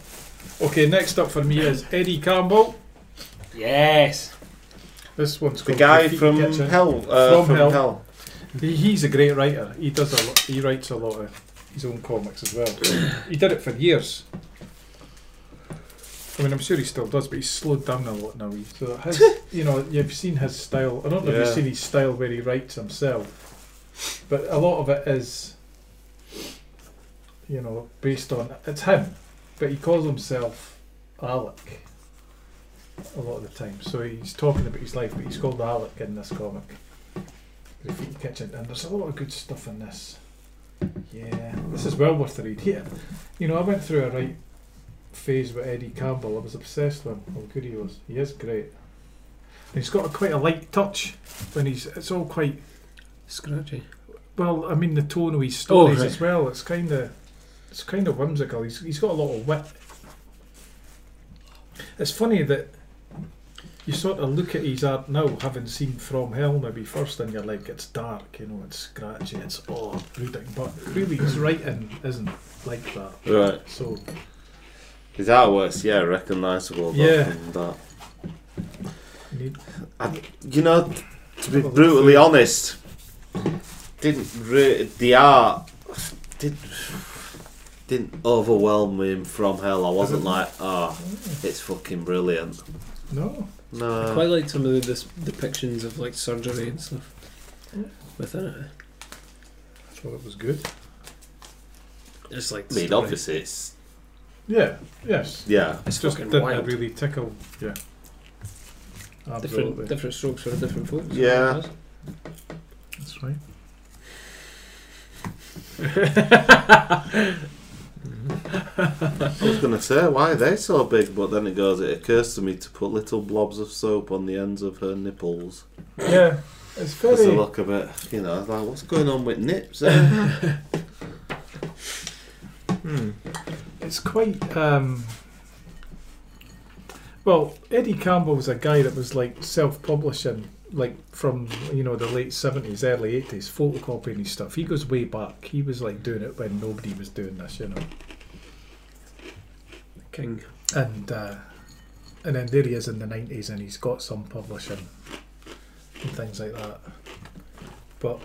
Okay, next up for me is Eddie Campbell. Yes. This one's The called guy Graffiti from Kitchen. Hell. Uh, From from, Hell. Hell. He, he's a great writer. He does a lot, he writes a lot of his own comics as well. he did it for years. I mean, I'm sure he still does, but he's slowed down a lot now. He- So his, you know, you've seen his style. I don't know if Yeah. you've seen his style where he writes himself, but a lot of it is, you know, based on it's him, but he calls himself Alec a lot of the time. So he's talking about his life, but he's called Alec in this comic. The Fruit Kitchen, and there's a lot of good stuff in this. Yeah, this is well worth the read. Here, you know, I went through a right phase with Eddie Campbell. I was obsessed with him. How good he was. He is great. And he's got a, quite a light touch when he's. It's all quite Scratchy. well. I mean, the tone of his stories right. as well. It's kind of, it's kind of whimsical. He's he's got a lot of wit. It's funny that you sort of look at his art now, having seen From Hell maybe first, and you're like, it's dark, you know, it's scratchy, it's oh brooding. But really, his writing isn't like that. Right. So His artwork's, yeah, recognisable. though, Yeah. from That. you need You know, t- to be brutally honest, didn't re- the art did didn't overwhelm me from hell. I wasn't like, oh, it's fucking brilliant. no. I No. quite like some of the dis- depictions of like surgery and stuff within it. I thought it was good. It's like I mean, story. obviously, it's Yeah. Yes. yeah. It's Just fucking didn't wild. really tickle. Yeah. Absolutely. different different strokes for different folks. Yeah. That's right. I was gonna say why are they so big, but then it goes. It occurs to me to put little blobs of soap on the ends of her nipples. Yeah. It's Because they very. look a bit, you know, like what's going on with nips? Eh? Hmm. It's quite. Um, well, Eddie Campbell was a guy that was like self-publishing, like from you know the late seventies, early eighties, photocopying his stuff. He goes way back. He was like doing it when nobody was doing this, you know. King. and uh, and then there he is in the nineties, and he's got some publishing and things like that. But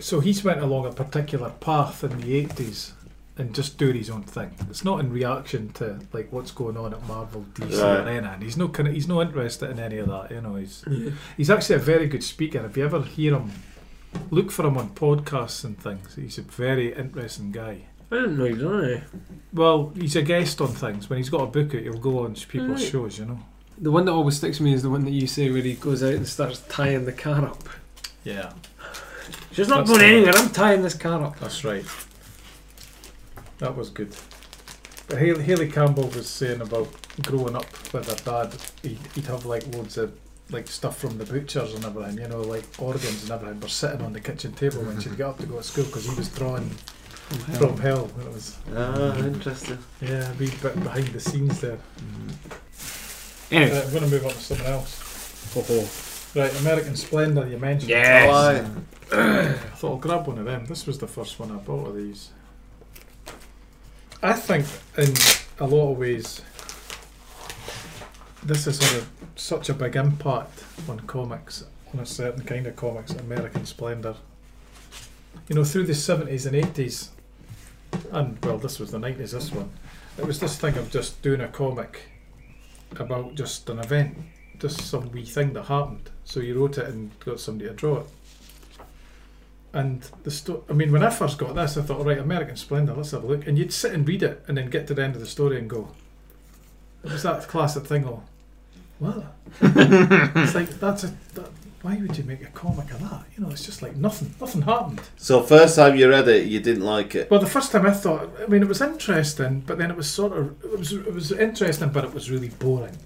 so he's went along a particular path in the eighties and just doing his own thing. It's not in reaction to like what's going on at Marvel, DC, or Right. any. And he's no kind of, he's no interested in any of that. You know, he's he's actually a very good speaker. If you ever hear him, look for him on podcasts and things. He's a very interesting guy. I didn't know you done it. Well, he's a guest on things. When he's got a book out, he'll go on to people's Right. shows, you know. The one that always sticks with me is the one that you say where he goes out and starts tying the car up. Yeah, She's not That's going the one. anywhere. I'm tying this car up. that's right. That was good. But Haley, Haley Campbell was saying about growing up with her dad, he'd, he'd have like loads of like stuff from the butchers and everything, you know, like organs and everything, were sitting on the kitchen table when she'd get up to go to school because he was drawing from hell. It was ah, interesting. yeah, a wee bit behind the scenes there. Uh, Anyway, I'm going to move on to something else. ho ho. Right, American Splendor, you mentioned. Yes. Why? I thought I'll grab one of them. This was the first one I bought of these. I think, in a lot of ways, this has had a, such a big impact on comics, on a certain kind of comics, American Splendor. You know, through the 70s and 80s, and well, this was the 90s, this one, it was this thing of just doing a comic about just an event, just some wee thing that happened. So you wrote it and got somebody to draw it. And the sto- I mean, when I first got this, I thought, all right, American Splendor, let's have a look. And you'd sit and read it and then get to the end of the story and go, it was that classic thing of, what? it's like, that's a, that, why would you make a comic of that? You know, it's just like nothing, nothing happened. So first time you read it, you didn't like it. Well, the first time I thought, I mean, it was interesting, but then it was sort of, it was, it was interesting, but it was really boring.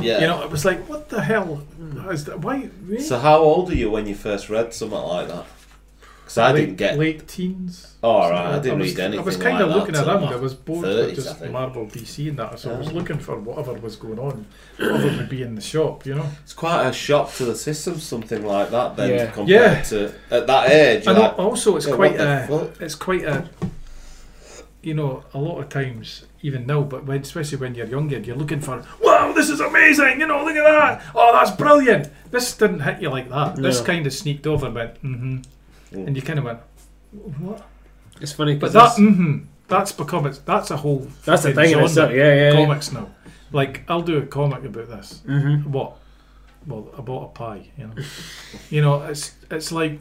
Yeah. You know, it was like, what the hell is that? Why? really? So how old are you when you first read something like that? Because I late, didn't get. late teens. Oh, all right, I So didn't was, read anything. I was kind of like looking that till around. my I was bored 30s, with I just think. Marvel, DC, and that. So I was Yeah. looking for whatever was going on, whatever would be in the shop. You know, It's quite a shock to the system, something like that. Then Yeah. compared Yeah. to at that age, you're and al- like, also it's yeah, quite what the a, fuck? it's quite a, you know, a lot of times, even now, but when, especially when you're younger, you're looking for, wow, this is amazing, you know, look at that, oh, that's brilliant. This didn't hit you like that. This No. kind of sneaked over and went, mm-hmm. And you kind of went, what? It's funny because But that, that's, mm-hmm, that's become, it's, that's a whole that's the fucking thing in itself. genre, Yeah, yeah. yeah. Comics now. Like, I'll do a comic about this. Mm-hmm. What? Well, I bought a pie. You know, you know, it's it's like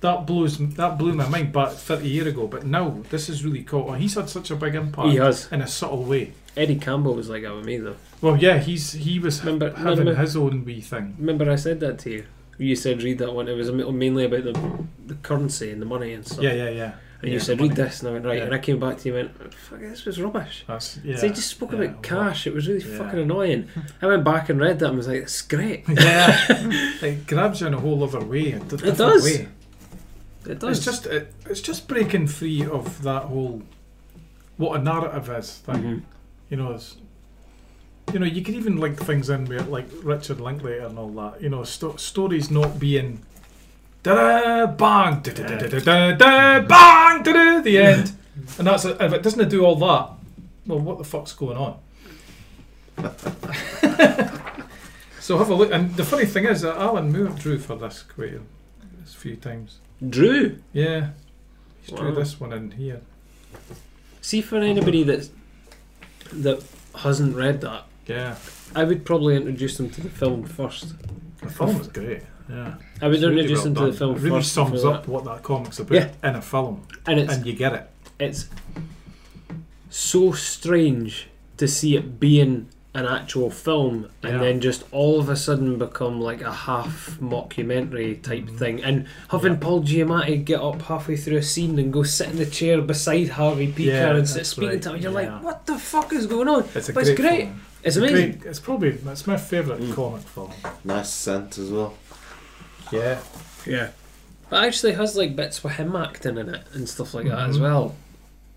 that blows that blew my mind back thirty year ago. But now this is really cool. Oh, he's had such a big impact He has. in a subtle way. Eddie Campbell was like that with me though. Well, yeah, he's he was Remember- having remember- his own wee thing. Remember I said that to you. You said read that one. It was mainly about the the currency and the money and stuff. Yeah, yeah, yeah. And yeah, you said money. read this, and I went right. Yeah. And I came back to you and went, "Oh, "Fuck, this was rubbish." That's yeah. So you just spoke yeah, about cash. It was really Yeah. fucking annoying. I went back and read that and was like, "It's great." yeah, it grabs you in a whole other way. a d- different does. Way. It does. It's just it, it's just breaking free of that whole what a narrative is thing. Mhm. You know, it's, you know, you could even link things in with like Richard Linklater and all that. You know, sto- stories not being da da bang da da da da da bang da da the end, and that's it. if it doesn't do all that, well, what the fuck's going on? so have a look, and the funny thing is that Alan Moore drew for this quite a a few times. Drew. Yeah, he's drew Wow. this one in here. See for anybody that that hasn't read that, Yeah, I would probably introduce them to the film first. Oh. the film was great. Yeah. I would It's really introduce well them to done. the film It really first. sums before up what that comic's about Yeah. in a film, that. and it's and you get it. it's so strange to see it being an actual film and Yeah. then just all of a sudden become like a half mockumentary type Mhm. thing and having Yeah. Paul Giamatti get up halfway through a scene and go sit in the chair beside Harvey Pekar Yeah, and sit that's speaking right, to him you're yeah. like what the fuck is going on It's a But great, it's great. film. it's It's amazing Mm. Great. It's probably it's my favourite comic film. Nice scent as well. Yeah, yeah but it actually has like bits with him acting in it and stuff like that as Mhm. well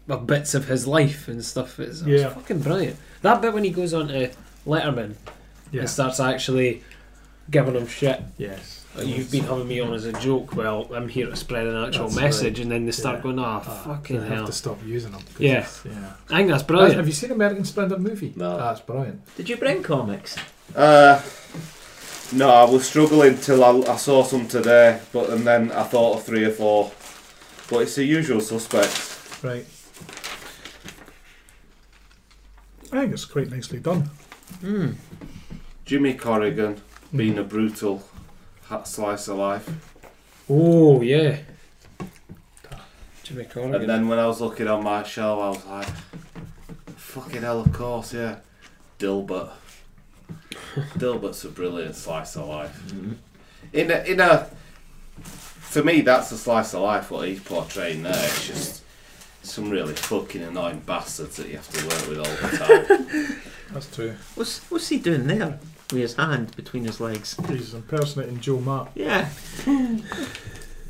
well bits of his life and stuff it's, it's Yeah. fucking brilliant that bit when he goes on to Letterman yeah, and starts actually giving them shit. yes. Like, You've been having me on as a joke. Well, I'm here to spread an actual That's message, and then they start Yeah. going, "Ah, Ah, fucking I have hell!" to stop using them. 'cause Yeah. it's- yeah. I think that's Brilliant. Have brilliant. you seen American Splendor movie? No. That's brilliant. Did you bring comics? Uh, no, I was struggling till I, I saw some today, but and then I thought of three or four. But it's the usual suspects. Right. I think it's quite nicely done. Hmm. Jimmy Corrigan being a brutal hat slice of life. Oh yeah, Jimmy Corrigan. And then when I was looking on my shelf, I was like, fucking hell, of course, yeah. Dilbert. Dilbert's a brilliant slice of life. In a, in a, for me, that's the slice of life what he's portraying there. It's just some really fucking annoying bastards that you have to work with all the time. That's true. What's what's he doing there with his hand between his legs? He's impersonating Joe Mapp. Yeah.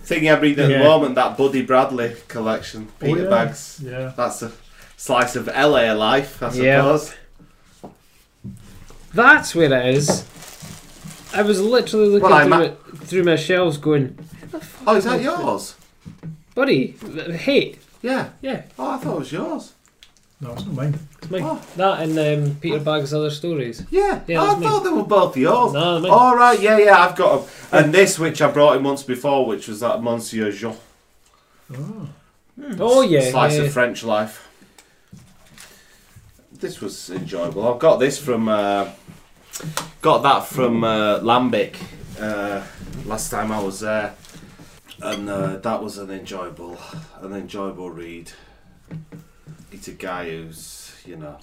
Thing I read at Yeah. the moment, that Buddy Bradley collection, Peter yeah. Bags. Yeah. That's a slice of LA life, I Yeah. suppose. That's where it is. I was literally looking Well, I'm through, a- my, through my shelves, going, Oh, is that yours? "Buddy, th- hey, Yeah. yeah, Oh, I thought it was yours. No, it's not mine. it's mine." Oh. That and um, Peter Bagg's other stories. Yeah, Yeah, I that's me. thought they were both yours. No, they're mine. All right, yeah, yeah, I've got 'em. And this, which I brought in months before, which was that Monsieur Jean Oh yeah, slice yeah. of French life. This was enjoyable. I've got this from, uh, got that from uh, Lambic uh, last time I was there, and uh, that was an enjoyable, an enjoyable read. It's a guy who's, you know,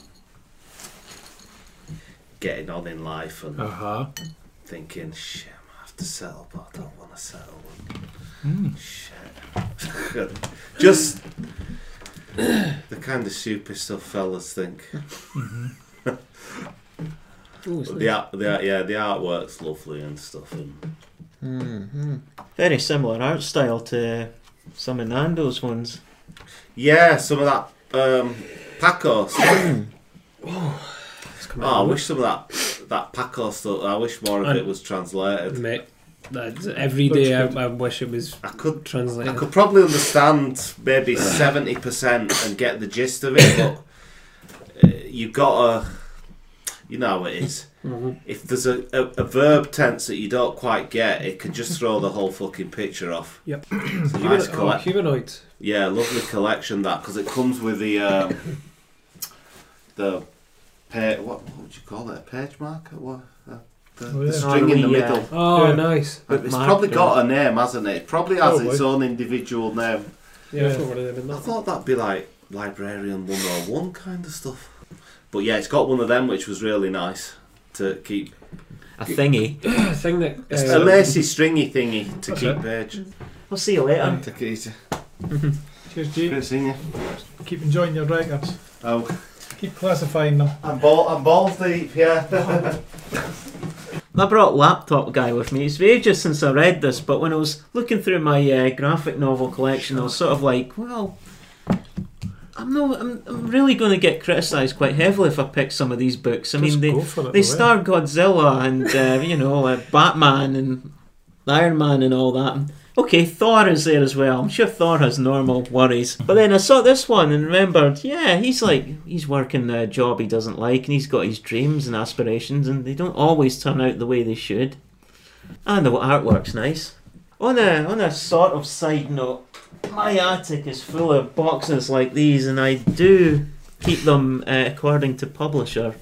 getting on in life and Uh Uh-huh. huh. thinking, shit, I'm gonna have to settle, but I don't want to settle. Hmm. Shit. Just the kind of stupid stuff fellas think. Oh, it's But nice. the art, the art, yeah, the artwork's lovely and stuff. And hmm Very similar art style to some of Nando's ones. yeah, some of that um, Paco. stuff. It's coming oh, I out. wish some of that that Paco stuff. I wish more of And- it was translated. Mate, That's every Looks day I, good. I wish it was I could I translated. could probably understand maybe seventy percent and get the gist of it, but uh, you gotta, you know, how it is. Mhm. If there's a, a, a verb tense that you don't quite get, it can just throw the whole fucking picture off. Yep. It's a Humano- nice oh, collect- humanoid. yeah, lovely collection that because it comes with the um, the pa- what what would you call it? A page marker? What? Uh, the, Oh, yeah. the string in the Oh, yeah. middle. Oh, Yeah. nice. It's Mark, probably yeah. got a name, hasn't it? It probably has Probably. its own individual name. Yeah, Yeah. I thought it would have been I that. thought that'd be like Librarian 101 kind of stuff. But yeah, it's got one of them which was really nice to keep. Uh, A thingy. The thing that It's a uh, lacy stringy thingy to That's keep it. page. I'll see you later. To keep Cheers, G. Good seeing you. Keep enjoying your records. Oh, Keep classifying them. I'm, ball, I'm balls deep, yeah. I brought Laptop Guy with me. It's been ages since I read this, but when I was looking through my uh, graphic novel collection, I was sort of like, well, I'm no, I'm, I'm really going to get criticised quite heavily if I pick some of these books. I mean, Just they go for it, they though, eh? star Godzilla and uh, you know uh, Batman and Iron Man and all that. And, okay, Thor is there as well. I'm sure Thor has normal worries. But then I saw this one and remembered, yeah, he's like he's working a job he doesn't like and he's got his dreams and aspirations and they don't always turn out the way they should. And the artwork's nice. On a on a sort of side note, my attic is full of boxes like these, and I do keep them uh, according to publisher.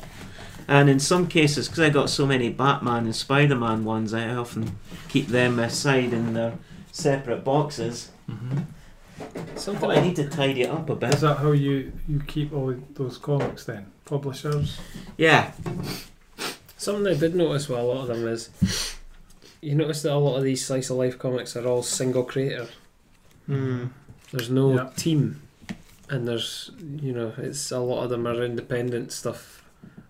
And in some cases, because I got so many Batman and Spider Man ones, I often keep them aside in their separate boxes. Mm-hmm. something But I I, need to tidy it up a Is bit. that how you, you keep all those comics then? Publishers? Yeah, something I did notice with a lot of them is you notice that a lot of these slice of life comics are all single creator. Hmm. There's no Yeah. team, and there's you know it's a lot of them are independent stuff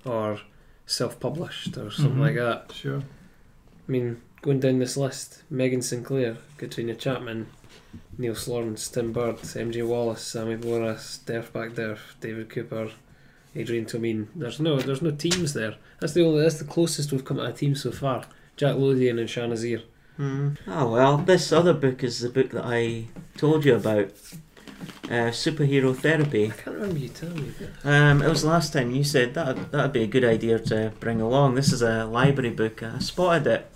or self-published or something Mhm. like that. Sure. I mean, going down this list: Megan Sinclair, Katrina Chapman, Neil Slorance, Tim Bird, MJ Wallace, Sammy Boras, Derf Back Derf, David Cooper, Adrian Tomine. There's no, there's no teams there. That's the only, that's the closest we've come to a team so far. Jack Lodian and Shanazir. Hmm. Oh well, this other book is the book that I told you about uh, Superhero Therapy. I can't remember you telling me that. Um, it was last time you said that that'd be a good idea to bring along. This is a library book. I spotted it.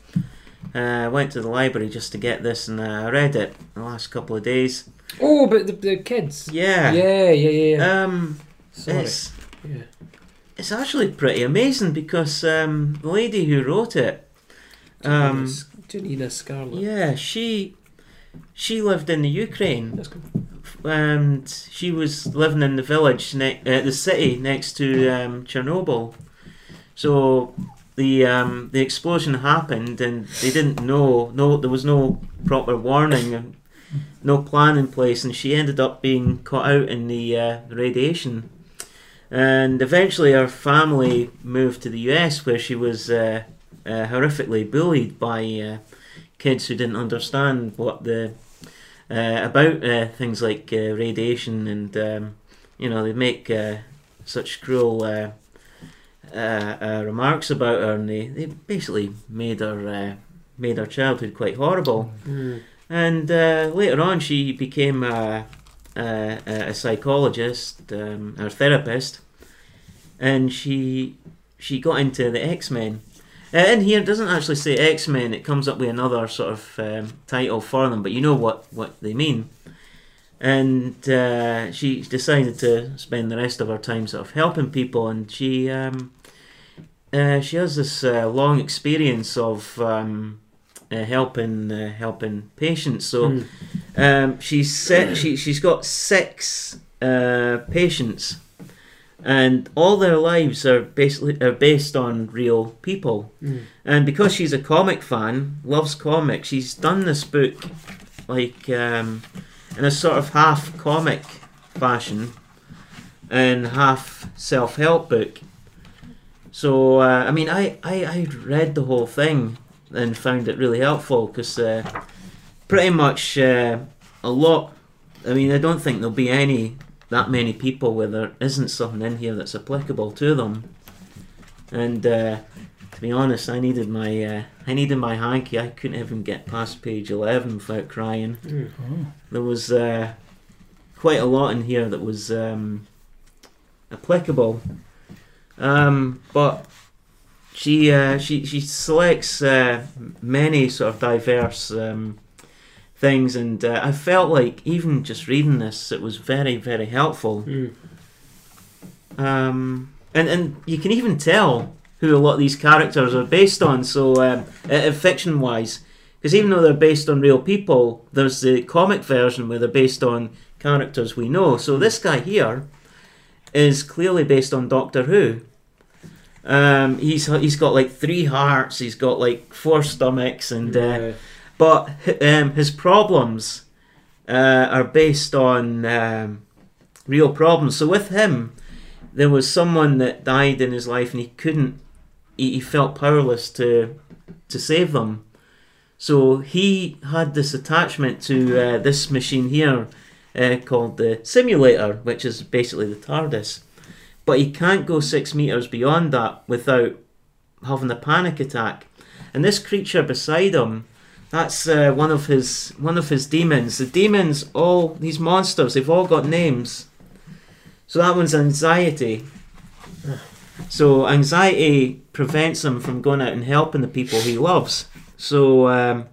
Uh, I went to the library just to get this, and uh, I read it the last couple of days. Oh, but the, the kids. Yeah. yeah, yeah, yeah. yeah. Um, Sorry. it's Yeah. it's actually pretty amazing because um, the lady who wrote it, um, Janina Scarlett. yeah, she she lived in the Ukraine. That's cool. and she was living in the village, ne- uh, the city next to um, Chernobyl. So the um, the explosion happened, and they didn't know. No, there was no proper warning and no plan in place, and she ended up being caught out in the uh, radiation. And eventually, her family moved to the U.S., where she was uh, uh, horrifically bullied by uh, kids who didn't understand what the uh, about uh, things like uh, radiation and um, you know they make uh, such cruel uh, uh, uh, remarks about her and they, they basically made her uh, made her childhood quite horrible Mm. and uh, later on she became a, a, a psychologist um, or therapist and she she got into the X-Men uh, in here it doesn't actually say X-Men it comes up with another sort of um, title for them but you know what what they mean and uh, she decided to spend the rest of her time sort of helping people and she um, uh, she has this uh, long experience of um, uh, helping uh, helping patients so Mm. um, she's set, she she's got six uh, patients, and all their lives are basically are based on real people. Mm. And because she's a comic fan, loves comics, she's done this book like um, in a sort of half comic fashion and half self help book. So uh, I mean, I, I I read the whole thing and found it really helpful because uh, pretty much uh, a lot. I mean, I don't think there'll be any that many people where there isn't something in here that's applicable to them. And uh, To be honest, I needed my uh, I needed my hanky. I couldn't even get past page eleven without crying. Hmm. Oh. There was uh, quite a lot in here that was um, applicable, um, but she uh, she she selects uh, many sort of diverse um, things, and uh, I felt like even just reading this, it was very very helpful. Hmm. Um, and and you can even tell who a lot of these characters are based on. So um, fiction wise, because even though they're based on real people, there's the comic version where they're based on characters we know. So this guy here is clearly based on Doctor Who. Um, he's he's got like three hearts. He's got like four stomachs, and uh, but h- um, his problems uh, are based on um, real problems. So with him, there was someone that died in his life, and he couldn't. He, he felt powerless to to save them. So he had this attachment to uh, this machine here uh, called the simulator, which is basically the TARDIS. But he can't go six meters beyond that without having a panic attack. And this creature beside him that's uh, one of his one of his demons. The demons, all these monsters, they've all got names. So that one's anxiety. So anxiety prevents him from going out and helping the people he loves. So um,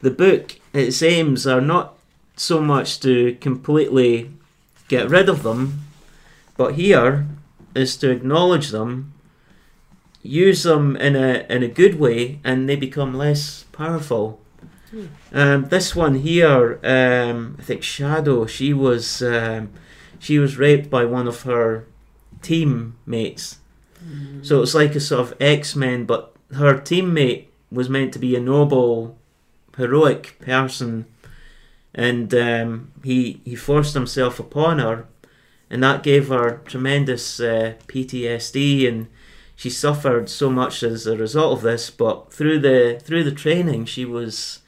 the book, its aims are not so much to completely get rid of them, but here is to acknowledge them, use them in a in a good way, and they become less powerful. Um, this one here, um, I think Shadow. She was um, she was raped by one of her teammates. So it's like a sort of X Men, but her teammate was meant to be a noble, heroic person, and um, he he forced himself upon her, and that gave her tremendous uh, PTSD and she suffered so much as a result of this, but through the through the training, she was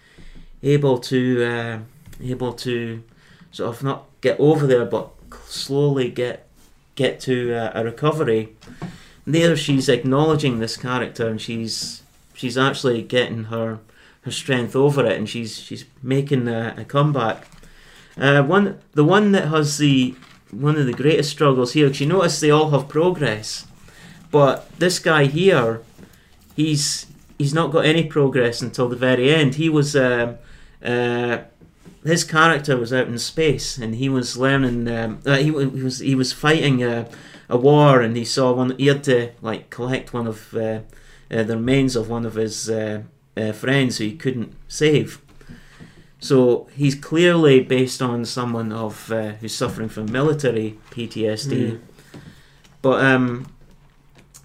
able to uh, able to sort of not get over there, but slowly get get to uh, a recovery. There, she's acknowledging this character, and she's she's actually getting her her strength over it, and she's she's making a, a comeback. Uh, one the one that has the one of the greatest struggles here, 'cause you notice they all have progress. But this guy here, he's he's not got any progress until the very end. He was um, uh, his character was out in space, and he was learning. Um, uh, he, wa- he was he was fighting a, a war, and he saw one. He had to like collect one of uh, uh, the remains of one of his uh, uh, friends who he couldn't save. So he's clearly based on someone of uh, who's suffering from military PTSD. But um,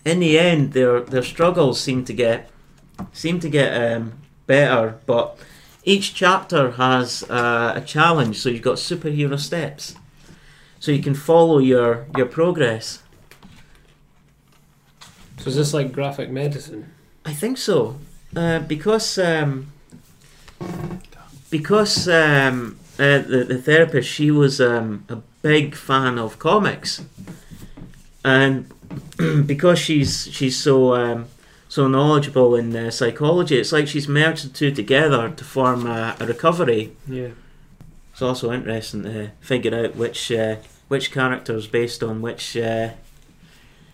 in the end, their their struggles seem to get seem to get um, better. But each chapter has uh, a challenge, so you've got superhero steps, so you can follow your your progress. So is this like graphic medicine? I think so, uh, because um, because um, uh, the the therapist she was um, a big fan of comics, and because she's she's so um, so knowledgeable in uh, psychology, it's like she's merged the two together to form a, a recovery. Yeah. It's also interesting to figure out which uh, which character is based on which uh,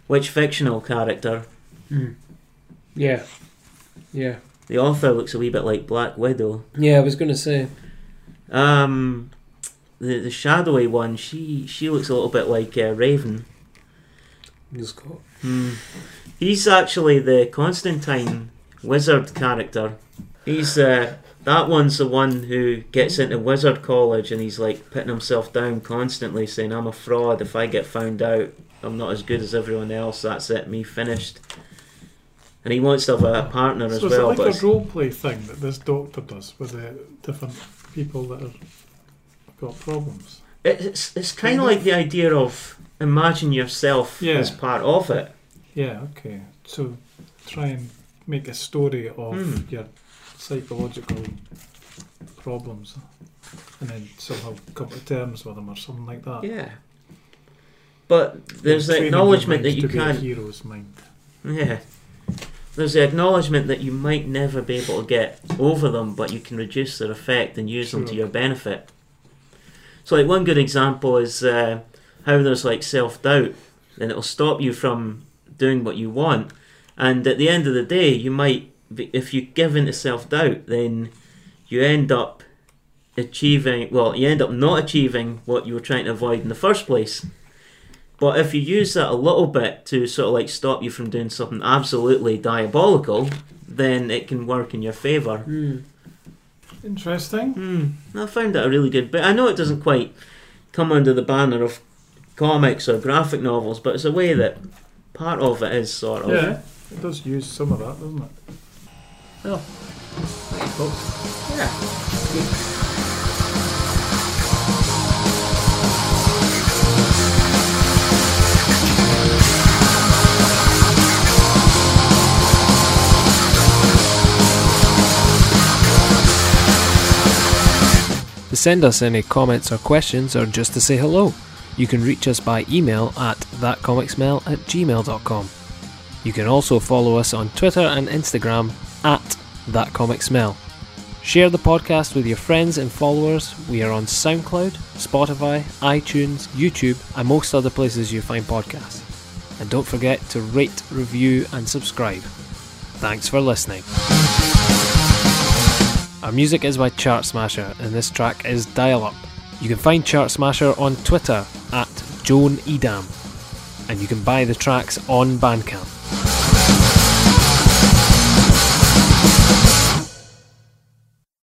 which fictional character. Hmm. Yeah. Yeah. The author looks a wee bit like Black Widow. Yeah, I was going to say. Um, the the shadowy one, she she looks a little bit like uh, Raven. He's got Hmm. He's actually the Constantine wizard character. He's uh, that one's the one who gets into wizard college and he's like putting himself down constantly, saying, "I'm a fraud. If I get found out, I'm not as good as everyone else. That's it. Me finished." And he wants to have a partner as So is well, it but like it's- a role play thing that this doctor does with the different people that have got problems? It- It's it's kind of like the idea of imagine yourself Yeah. as part of it. Yeah, okay. So try and make a story of Hmm. your psychological problems and then somehow come to terms with them or something like that. Yeah. But there's the Training your acknowledgement mind that you to be a can't. hero's mind. Yeah. There's the acknowledgement that you might never be able to get over them, but you can reduce their effect and use them to Sure. your benefit. So, like one good example is uh, how there's like self doubt, and it'll stop you from doing what you want. And at the end of the day, you might, be, if you give in to self doubt, then you end up achieving, well, you end up not achieving what you were trying to avoid in the first place. But if you use that a little bit to sort of like stop you from doing something absolutely diabolical, then it can work in your favour. Hmm. Interesting. Hmm. I found that a really good bit. I know it doesn't quite come under the banner of comics or graphic novels, but it's a way that part of it is sort of. Oh, Yeah, it does use some of that, doesn't it? To send us any comments or questions or just to say hello, you can reach us by email at thatcomicsmell at gmail.com. You can also follow us on Twitter and Instagram at thatcomicsmell. Share the podcast with your friends and followers. We are on SoundCloud, Spotify, iTunes, YouTube, and most other places you find podcasts. And don't forget to rate, review, and subscribe. Thanks for listening. Our music is by Chart Smasher, and this track is Dial Up. You can find Chart Smasher on Twitter at Joan Edam, and you can buy the tracks on Bandcamp.